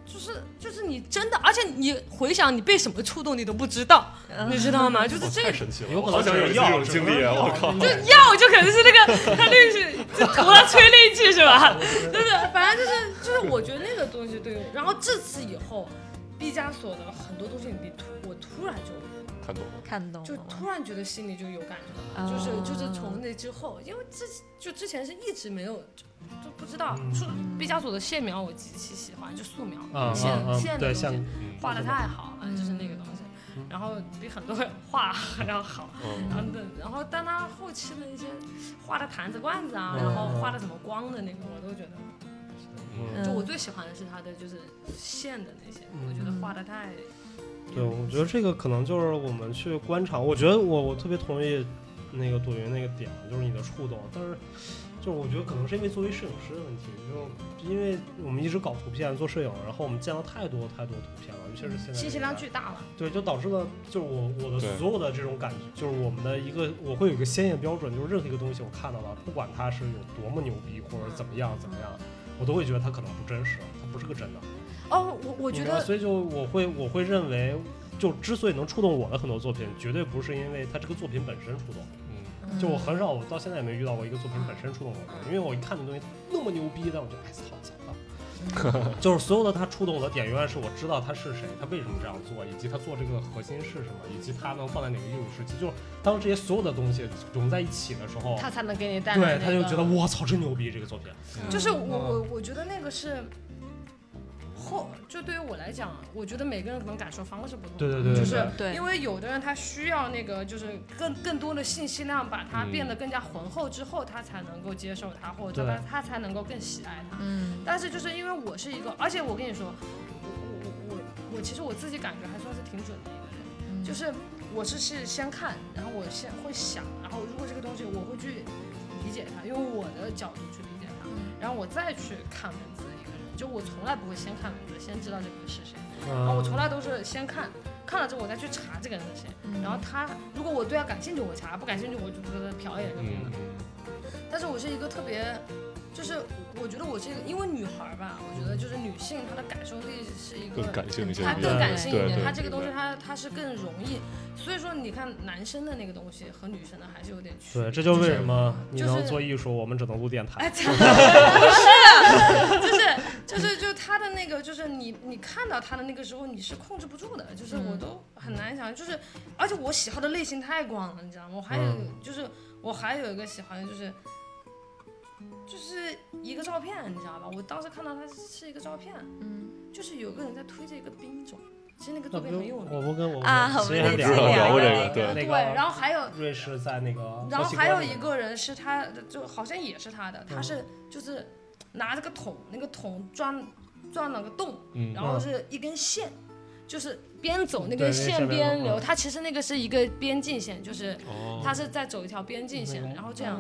就是就是你真的，而且你回想你被什么触动，你都不知道，你知道吗？就是这哦太个神奇了，有可我能好想有是这药种经历啊！我嗯靠，就药就可能是那个他那是就涂了催泪剂是吧？就是反正就是就是我觉得那个东西对我，然后自此以后，毕加索的很多东西你突我突然就看懂了。看懂就了吗？突然觉得心里就有感觉啊了，就是就是从那之后，因为之就之前是一直没有就就不知道，嗯说毕加索的线描我极其喜欢，就素描啊线啊啊线的对东西像嗯嗯画的太好了，就是那个东西，然后比很多人画 还要好。嗯，然后的，然后但他后期的一些画的坛子罐子啊，嗯然后画的什么光的那个，我都觉得，嗯嗯就我最喜欢的是他的就是线的那些，嗯我觉得画的太，对，我觉得这个可能就是我们去观察，我觉得我我特别同意那个朵云那个点，就是你的触动，但是就是我觉得可能是因为作为摄影师的问题，就是因为我们一直搞图片做摄影，然后我们见到太多太多图片了，尤其是现在信息这个量时代巨大了。对，就导致了就是我我的对所有的这种感觉，就是我们的一个我会有一个鲜艳标准，就是任何一个东西我看到了，不管它是有多么牛逼或者怎么样怎么样，我都会觉得它可能不真实，它不是个真的。哦，我我觉你知道得所以就我会我会认为，就之所以能触动我的很多作品，绝对不是因为它这个作品本身触动，嗯就我很少，我到现在也没遇到过一个作品本身触动我的，因为我一看那东西那么牛逼，但我就哎操，操操。 就是所有的他触动我的点，永远是我知道他是谁，他为什么这样做，以及他做这个核心是什么，以及他能放在哪个艺术时期。就是当这些所有的东西融在一起的时候，他才能给你带对来那他就个觉得嗯我操，真牛逼这个作品。就是我我我觉得那个是后，就对于我来讲，啊我觉得每个人可能感受方式不同。对对对对就是对因为有的人他需要那个就是更更多的信息量，把它嗯变得更加浑厚之后，他才能够接受它，或者对他他才能够更喜爱它。嗯但是就是因为我是一个，而且我跟你说，我我我我我其实我自己感觉还算是挺准的一个人。就是我是是先看，然后我先会想，然后如果这个东西我会去理解它，用我的角度去理解它，然后我再去看文字一个人，就我从来不会先看文字，先知道这个人是谁，嗯然后哦我从来都是先看，看了之后我再去查这个人是谁，然后他如果我对他感兴趣我查，不感兴趣我就给他瞟一眼就没了嗯。，但是我是一个特别，就是我觉得我这个因为女孩儿吧，我觉得就是女性她的感受力是一个更感性一些，它更感性一对点，对它这个东西对它它是更容易，所以说你看男生的那个东西和女生的还是有点区别。对，这就是为什么你就是能做艺术，我们只能录电台。哎，操不是，就是就是就是他的那个，就是你你看到他的那个时候，你是控制不住的，就是我都很难想，就是而且我喜好的类型太广了，你知道吗？我还有、嗯就是我还有一个喜欢的就是。就是一个照片，你知道吧？我当时看到它是一个照片，嗯就是有个人在推着一个冰种，其实那个我作不品很有名。我不跟我啊我们虽然那聊次聊过这那个对那对，个然后还有，瑞士在那个，然后还有一，个人是他，就好像也是他的，嗯他是就是拿着个桶，那个桶钻钻了个洞，嗯然后是一根线，就是边走那对根线边边流，嗯它其实那个是一个边境线，就是哦它是在走一条边境线那，个然后这样，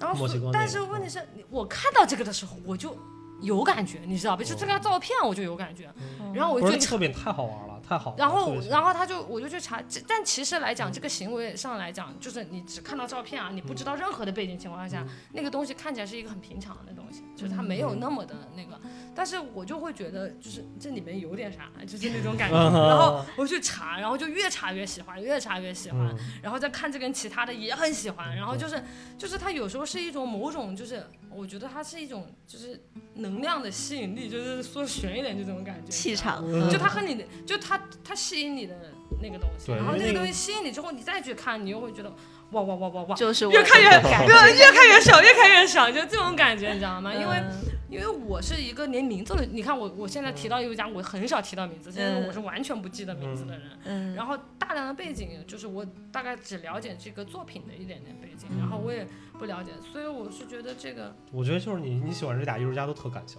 然后嗯墨西哥那个嗯但是问题是，你我看到这个的时候我就有感觉，你知道吧？就这个照片我就有感觉，然后我哦嗯不就是那去个特别太好玩了，太好玩了。然特后别，喜欢然后他就我就去查，这但其实来讲，这个行为上来讲，就是你只看到照片啊，你不知嗯道任何的背景情况下，那个东西看起来是一个很平常的东西，就是它没嗯有那么的那个。但是我就会觉得，就是这里面有点啥，就是那种感嗯觉。然后我去查，然后就越查越喜欢，越查越喜嗯欢，然后再看这跟其他的也很喜欢，然后就是就是它有时候是一种某种就是。我觉得它是一种就是能量的吸引力，就是说悬一点就这种感觉，气场，嗯嗯就它和你的，就它它吸引你的那个东西，对然后因为那那个个东西吸引你之后，你再去看，你又会觉得哇哇哇哇哇，就是我越看越这种感觉越越看越爽，越看越爽，就这种感觉，你知道吗？因为嗯因为我是一个连名字都，你看我我现在提到艺术家，我很少提到名字，因为我是完全不记得名字的人。嗯，然后大量的背景，就是我大概只了解这个作品的一点点背景，然后我也不了解，所以我是觉得这个，我觉得就是你你喜欢这俩艺术家都特感性，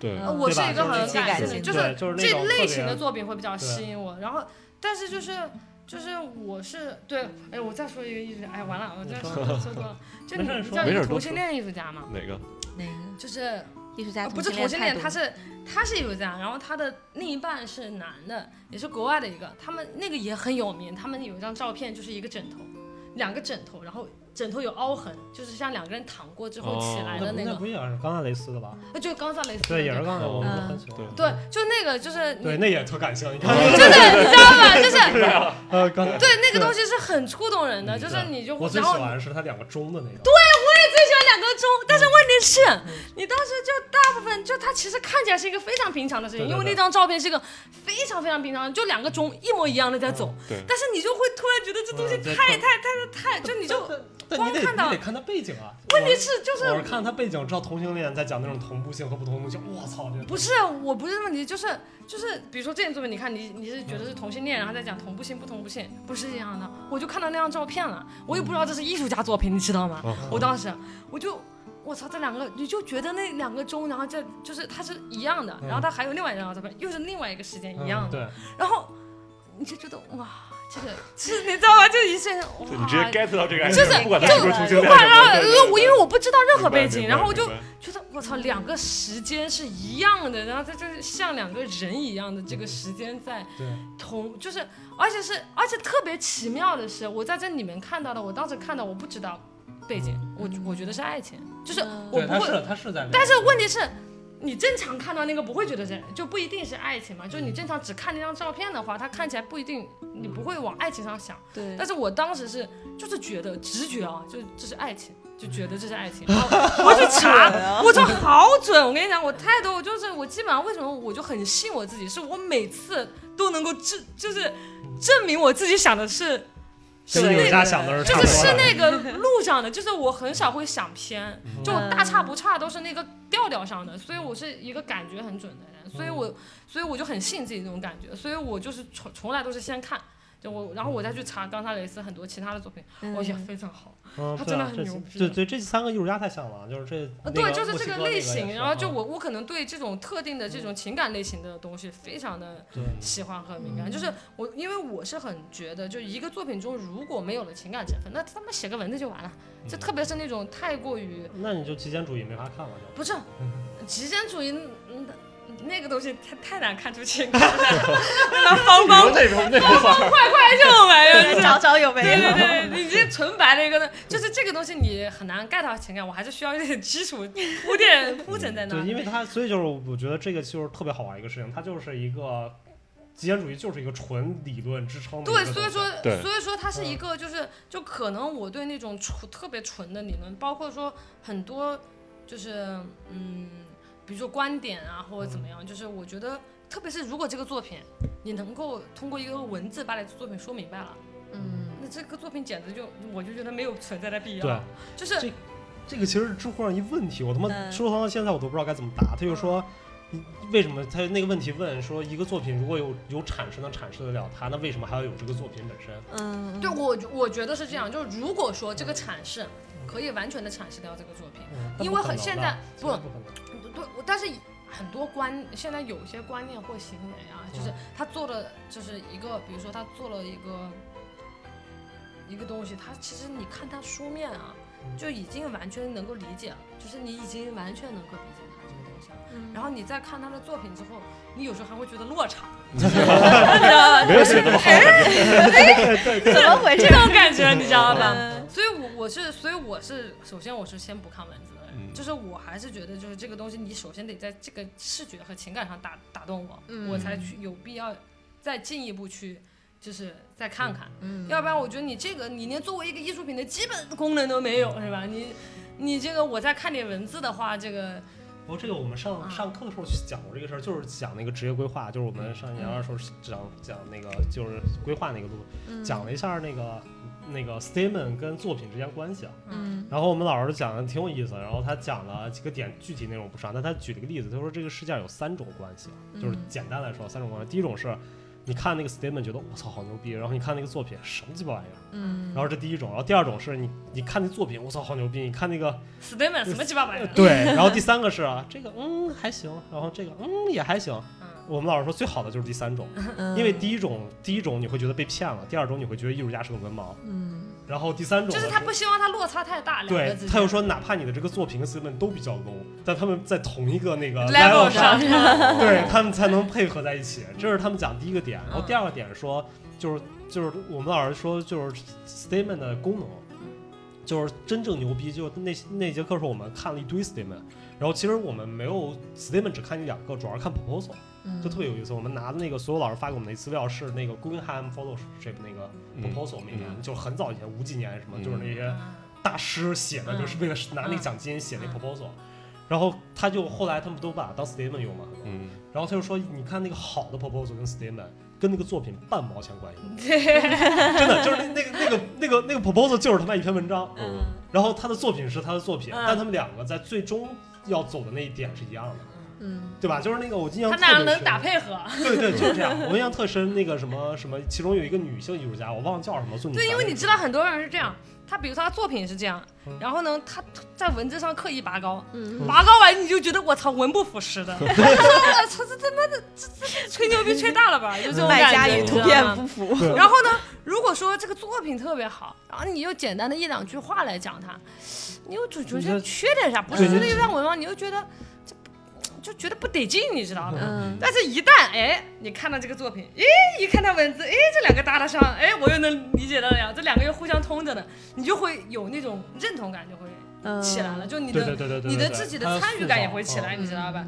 对，呃嗯我对是吧一个就是很自己感感性的性人，就对就是那这种类特型的别作品会比较对吸引我。然后，但是就是就是我是对，哎，我再说一个艺术家，哎，完了，我再说 说多了，就你没事儿你知说道没事儿同多性说恋艺术家吗？哪个？哪个就是呃艺术家啊不是同性态恋，度他是他是艺术家，然后他的另一半是男的，也是国外的一个，他们那个也很有名，他们有一张照片就是一个枕头，两个枕头，然后枕头有凹痕，就是像两个人躺过之后起哦来那的那啊个，不也是冈萨雷斯的吧？呃就冈萨雷斯对，也那是个冈萨，我嗯我很喜欢。对对，就那个就是你对，那也特感性，你看，真的，你知道吗？就是 呃，刚才对那个东西是很触动人的，嗯就是对你就我会，最然喜后欢的是他两个钟的那个，最喜欢两个钟，但是问题嗯是，你当时就大部分就它其实看起来是一个非常平常的事情，对对因为对那张照片是一个非常非常平常，就两个钟一模一样的在走，对，但是你就会突然觉得这东西嗯对太对太太太，就 你就但但光你得看到你得看他背景啊。问题是就我我是是看他背景知道同性恋在讲那种同步性和不同步性，我操，这不是，我不是问题，就是就是，比如说这件作品，你看你你是觉得是同性恋，然后再讲同步性不同步性，不是这样的。我就看到那张照片了，我也不知道这是艺术家作品，你知道哦吗？我当时我就我操，这两个你就觉得那两个钟，然后这就是它是一样的，嗯然后它还有另外一张照片，又是另外一个时间一样嗯的，对，然后你就觉得哇，这个是你知道吗？就一瞬间哇，对你直接 get 到这个爱啊就情是，不管他是不是同性恋，然后呃对对对因为我因为我不知道任何明白背景，明白然后我就明白觉得我操，两个时间是一样的，然后它就是像两个人一样的这个时间在对同，就是而且是而且特别奇妙的是，我在这里面看到的，我当时看到我不知道背景，我我觉得是爱情，就是我对，不他会，是他是在聊，但是问题是。你正常看到那个不会觉得是，就不一定是爱情嘛。就是你正常只看那张照片的话，它看起来不一定，你不会往爱情上想。对但是我当时是就是觉得直觉啊，就这是爱情，就觉得这是爱情。然后我去查，我操，好准！我跟你讲，我太多，我就是我基本上为什么我就很信我自己，是我每次都能够证，就是证明我自己想的是。是跟艺术那家个，想的就差不是多是的。那个路上的，就是我很少会想偏，嗯就我大差不差都是那个调调上的，所以我是一个感觉很准的人，所以嗯我所以我就很信自己这种感觉，所以我就是从从来都是先看。就我，然后我再去查冈萨雷斯很多其他的作品，我也非常好。嗯，他对真的啊很这牛是逼对对，这三个艺术家太像了，就是这那呃对，个就是墨这西哥个那个类也型，是然后嗯就我我可能对这种特定的这种情感类型的东西非常的对喜欢和敏嗯感，就是我，因为我是很觉得，就一个作品中如果没有了情感成分，那他妈写个文字就完了。就嗯特别是那种太过于那你就极简主义没法看了就。不是极简主义，嗯那个东西太太难看出情感了，那方比如那种方 那种范儿，这种玩意 儿，找找有没对对有？对，哎对你这纯白的一个呢，就是这个东西你很难 get 到情感，我还是需要一点基础铺垫铺陈在那对，里。因为它，所以就是我觉得这个就是特别好玩一个事情，它就是一个极简主义，就是一个纯理论支撑的一个嗯对，东西。所以说，对所以说它是一个，就是就可能我对那种纯特别纯的理论，包括说很多，就是嗯，比如说观点啊或者怎么嗯样，就是我觉得，特别是如果这个作品你能够通过一个文字把你的作品说明白了，嗯，那这个作品简直就我就觉得没有存在的必对要，就是这这个其实是知乎上一问题，我他妈嗯收藏到现在我都不知道该怎么答。他就说，你为什么他那个问题问说一个作品如果有有产生能阐释得了它，那为什么还要有这个作品本身？嗯，对我我觉得是这样，就是如果说这个阐释可以完全的阐释掉这个作品，嗯、因为很现在不不可能的，对，我但是很多观，现在有些观念或行为啊，就是他做的就是一个，比如说他做了一个一个东西，他其实你看他书面啊，就已经完全能够理解了，就是你已经完全能够理解他这个东西了。然后你再看他的作品之后，你有时候还会觉得落差，你知道没吗？有写那么好，怎么回事 这？种感觉你知道吧？嗯所以我，我是，所以我是，首先我是先不看文字的人，嗯就是我还是觉得，就是这个东西，你首先得在这个视觉和情感上打打动我，嗯我才去有必要再进一步去，就是再看看，嗯要不然我觉得你这个，你连作为一个艺术品的基本功能都没嗯有，是吧？你，你这个我再看点文字的话，这个，不过这个我们上嗯上课的时候讲过这个事儿，就是讲那个职业规划，就是我们上一年二的时候嗯讲讲那个就是规划那个路，讲了一下那个那个 statement 跟作品之间关系啊。嗯然后我们老师讲的挺有意思的，然后他讲了几个点，具体内容不上，但他举了个例子，他说这个事件有三种关系啊，就是嗯简单来说三种关系。第一种是你看那个 statement 觉得我操好牛逼，然后你看那个作品什么鸡巴玩意儿，嗯，然后这第一种，然后第二种是你你看那作品我操好牛逼，你看那个 statement 什么鸡巴玩意呃 儿，对，然后第三个是啊这个嗯还行，然后这个嗯也还行。嗯我们老师说最好的就是第三种，嗯因为第一种第一种你会觉得被骗了，第二种你会觉得艺术家是个文盲，嗯然后第三种就是呢他不希望他落差太大，两对个字，，他又说，哪怕你的这个作品跟 statement 都比较 low，但他们在同一个那个 level 上，是吧对他们才能配合在一起。这是他们讲第一个点，然后嗯第二个点说，就是就是我们老师说，就是 statement 的功能，就是真正牛逼。就那那节课时候，我们看了一堆 statement，然后其实我们没有 statement 只看一两个，主要是看 proposal，嗯，就特别有意思。我们拿的那个所有老师发给我们的资料是那个 Guggenheim Fellowship 那个嗯 proposal，我们以前就很早以前五几年什么，就是那些。嗯大师写的，嗯就是为了拿那个奖金写那 proposal，、然后他就后来他们都把它当 statement 用嘛，很多嗯，然后他就说，你看那个好的 proposal 跟 statement 跟那个作品半毛钱关系 没有，真的就是那那个那个那个那个 proposal 就是他妈一篇文章，嗯然后他的作品是他的作品，嗯但他们两个在最终要走的那一点是一样的，嗯对吧？就是那个我印象他特们别俩能深，打配合，对 对，就是这样。我印象特深，那个什么什么，其中有一个女性艺术家，我忘了嗯叫什么，做女对，因为排你那知道很多人是这样，他比如说他作品是这样，然后呢，他在文字上刻意拔高，嗯拔高完你就觉得我操，文不符实的， 我操，这他妈的这这吹牛逼吹大了吧，就这种卖感家觉，与你图知道片吗不符，个，对然后呢，如果说这个作品特别好，然后你又简单的一两句话来讲它，你又总总觉得缺点啥，不是对觉就得是有点文盲，你又觉得这就觉得不得劲，你知道吧？嗯但是，一旦哎，你看到这个作品，哎，一看到文字，哎，这两个搭得上，哎，我又能理解到了呀，这两个又互相通着呢，你就会有那种认同感就会嗯 起来了，就你对的对对对对，你的对自己它的参与感也会塑起造来，嗯你知道吧？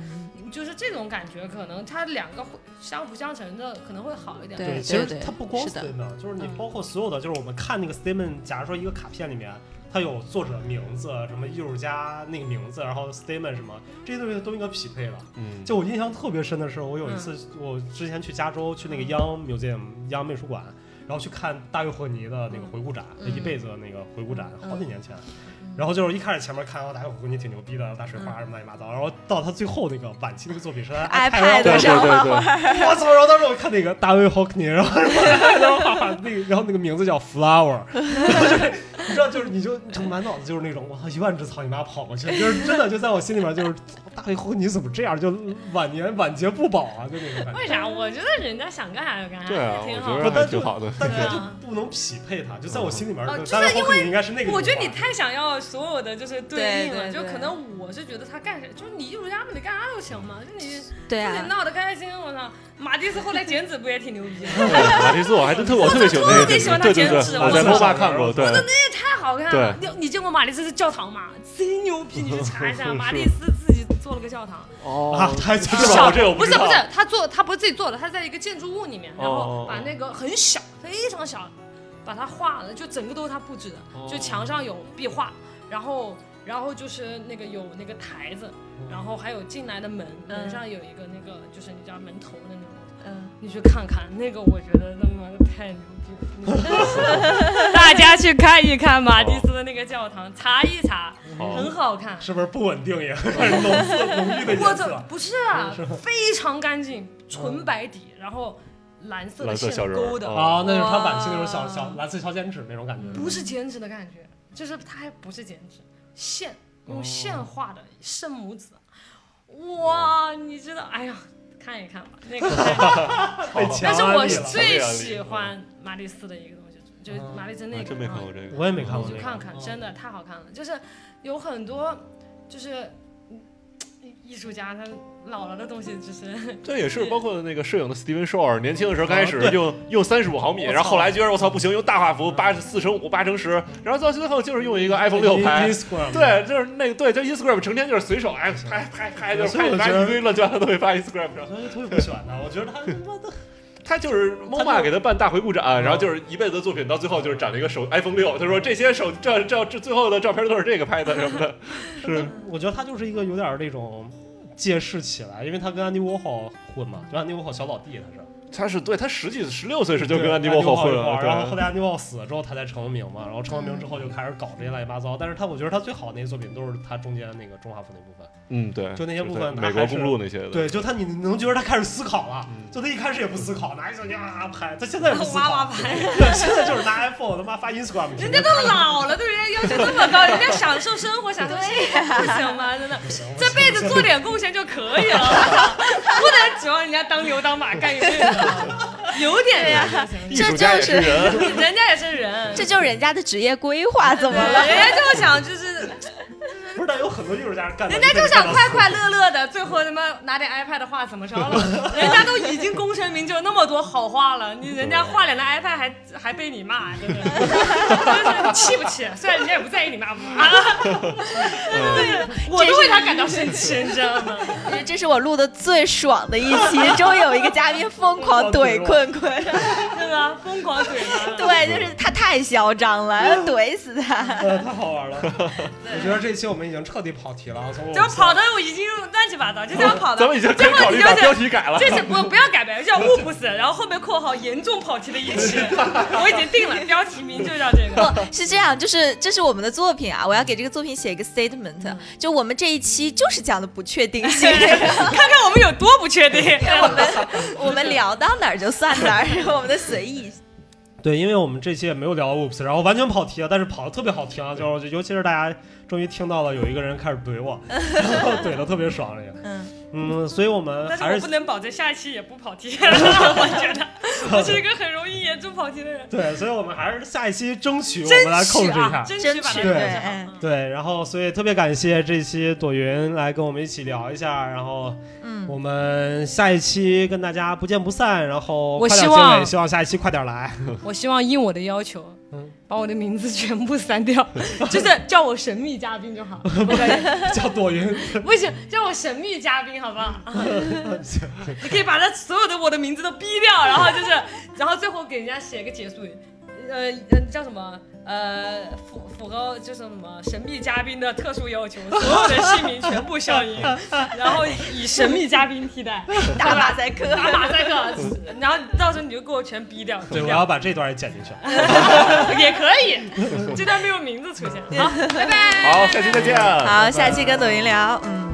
就是这种感觉，可能它两个会相辅相成的，可能会好一点。对其实对它不光是的 statement，就是你嗯包括所有的，就是我们看那个 statement，假如说一个卡片里面，它有作者名字、什么艺术家那个名字，然后 statement 什么，这些东西都应该匹配了。嗯，就我印象特别深的是，我有一嗯次，我之前去加州去那个 Young Museum 央美术馆，然后去看大卫霍尼的嗯那个回顾展，他一辈子的那个回顾展，好几年前。嗯然后就是一开始前面看，哦，大卫霍尼挺牛逼的，大水花什么乱七八糟，然后到他最后那个晚期那个作品是他 iPad 对对上画对画，对， 我操！然后当时我看那个大卫 Hockney，然后然后画画那个，然后那个名字叫 Flower，然后就是你知道，就是你就就满脑子就是那种我操一万只草泥马跑过去，就是真的就在我心里面就是大卫 Hockney 怎么这样，就晚年晚节不保啊，就那 种感觉。为啥？我觉得人家想干啥就干啥，对啊，挺好我的。不觉得但还就挺好的，但对他啊就不能匹配他，就在我心里面，哦就是大卫因 Hockney 应该是那个。我觉得你太想要所有的就是对应了，对就对可能我是觉得他干啥，就是你艺术家嘛，你干啥都行嘛，就你自对己啊，闹得开心，我操！马蒂斯后来剪纸不也挺牛逼的？对 马蒂斯我还真特我特别喜欢那个特别喜欢他对对对，剪纸我在我操 MOBA 看过，对，这太好看了！你你见过马蒂斯的教堂吗？贼牛逼，你去查一 下，是马蒂斯自己做了个教堂。啊哦，他就是是吧小我 这个我不不是知道不是，他做他不是自己做的，他在一个建筑物里面，然哦哦后哦把那个很小非常小，把它画了，就整个都是他布置的，哦就墙上有壁画，然后然后就是那个有那个台子，然后还有进来的门，嗯门上有一个那个就是你知道门头的那种。嗯，你去看看那个，我觉得他妈的太牛逼了！大家去看一看马蒂斯的那个教堂，查一查，好很好看。是不是不稳定也 开始浓色浓郁的我颜这色？不是啊，非常干净，纯白底，然后蓝色的蓝色小线人勾儿的，哦啊，那就是他晚期那种小小蓝色小剪纸那种感觉。不是剪纸的感觉，就是它还不是剪纸，线用线画的圣母子。哇，你知道，哎呀，看一看吧，那个太，被强但是我安利是了。最喜欢玛丽斯的一个东西，就是哦玛丽斯啊那个，真没然看后过这个，我也没看过你那个去看看，真的太好看了。就是有很多，就是嗯艺术家他老了的东西，就是这也是包括那个摄影的 Steven Shore，年轻的时候刚开始啊对用用三十五毫米，我操然后后来觉得我操不行，用大画幅八四乘五八乘十，然后到最后就是用一个 iPhone 六拍 In-。Instagram 对，就是那个对，就 Instagram 成天就是随手哎拍拍拍，就是所以拍我拍觉得一堆乱七八糟东西发 Instagram 上。我就特别不喜欢他，我觉得他他妈的他就是 MoMA 给他办大回顾啊展，然后就是一辈子的作品，到最后就是展了一个手 iPhone 六。他说这些手这这这最后的照片都是这个拍的什么的，是我觉得他就是一个有点儿那种借势起来，因为他跟安迪沃霍混嘛，就安迪沃霍小老弟他是，他是对他实际十六岁时就跟对安迪沃霍混一块了，儿对然后后来安迪沃霍死了之后他才成名嘛，然后成了名之后就开始搞这些乱七八糟，但是他我觉得他最好的那些作品都是他中间那个中华风那部分，嗯对，就那些部分是他美国还是公路那些的，对，就他你能觉得他开始思考了，嗯就他一开始也不思考，拿一手机啊拍，他现在也不思哇哇考，拍。对，现在就是拿 iPhone 他妈发 Instagram，人家都老了，对人家要求这么高，人家享受生活，享受幸福，不行吗？真的，不行，不 这行辈子做点贡献就可以了， 不能指望人家当牛当马干一辈子，有点呀、艺术家也是人，人家也是 人，这就是人家的职业规划，怎么对人了？家就想就是，不是，但有很多艺术家干，人家就想快快乐乐的，最后他妈拿点 iPad 画怎么着 了？人家都已经功成名就，那么多好画了，你人家画两张 iPad 还还被你骂，真的， 就是气不气？虽然人家也不在意你骂不骂， 我都为他感到生气，你知道吗？这是我录的最爽的一期，终于有一个嘉宾疯狂怼困困，对吧？疯狂怼他。对，就是他太嚣张了，要怼死他。呃，太好 玩了！我觉得这期我们已经彻底跑题了，从我就们跑的我已经乱七八糟，就这样跑的。咱们已经最可以后考你虑就把是标题改了。这是不不要改名，叫乌普斯，然后后面括号严重跑题的一期，我已经定了，标题名就叫这 个。不哦是这样，就是这是我们的作品啊，我要给这个作品写一个 statement，就我们这一期就是讲的不确定性，看看我们有多不确定。我们 我们聊到哪儿就算哪儿，我们的随意。对，因为我们这期也没有聊 Oops，然后完全跑题了，但是跑的特别好听啊，就是尤其是大家终于听到了有一个人开始怼 我，然后怼的特别爽这个，嗯嗯，所以我们 但是还我是不能保证下一期也不跑题， 我觉得我是一个很容易严重跑题的人。对，所以我们还是下一期争取我争们来控取制一下啊，，争取把它争取控制对好嗯嗯。对，然后所以特别感谢这期朵云来跟我们一起聊一下，然后嗯，我们下一期跟大家不见不散，然后我快点希结望尾，希望下一期快点 来，我希望应我的要求嗯，把我的名字全部删掉， 就是叫我神秘嘉宾就好，叫朵云，不行，叫我神秘嘉宾好不 好？你可以把他所有的我的名字都逼掉，然后就是，然后最后给人家写一个结束语，呃，呃叫什么？呃，符符合就是什么神秘嘉宾的特殊要求，所有的姓名全部消 音，然后以神秘嘉宾替代，嗯打马赛克，打马赛克， 然后到时候你就给我全逼 掉，对，逼我掉要把这段也剪进去。也可以，这段没有名字出现，好，拜拜。好，下期再见。好，下期跟抖音聊，嗯。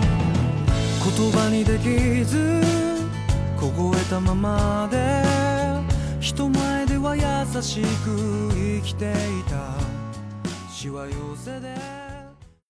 言葉にできず凍えたままで人前では優しく生きていたしわ寄せで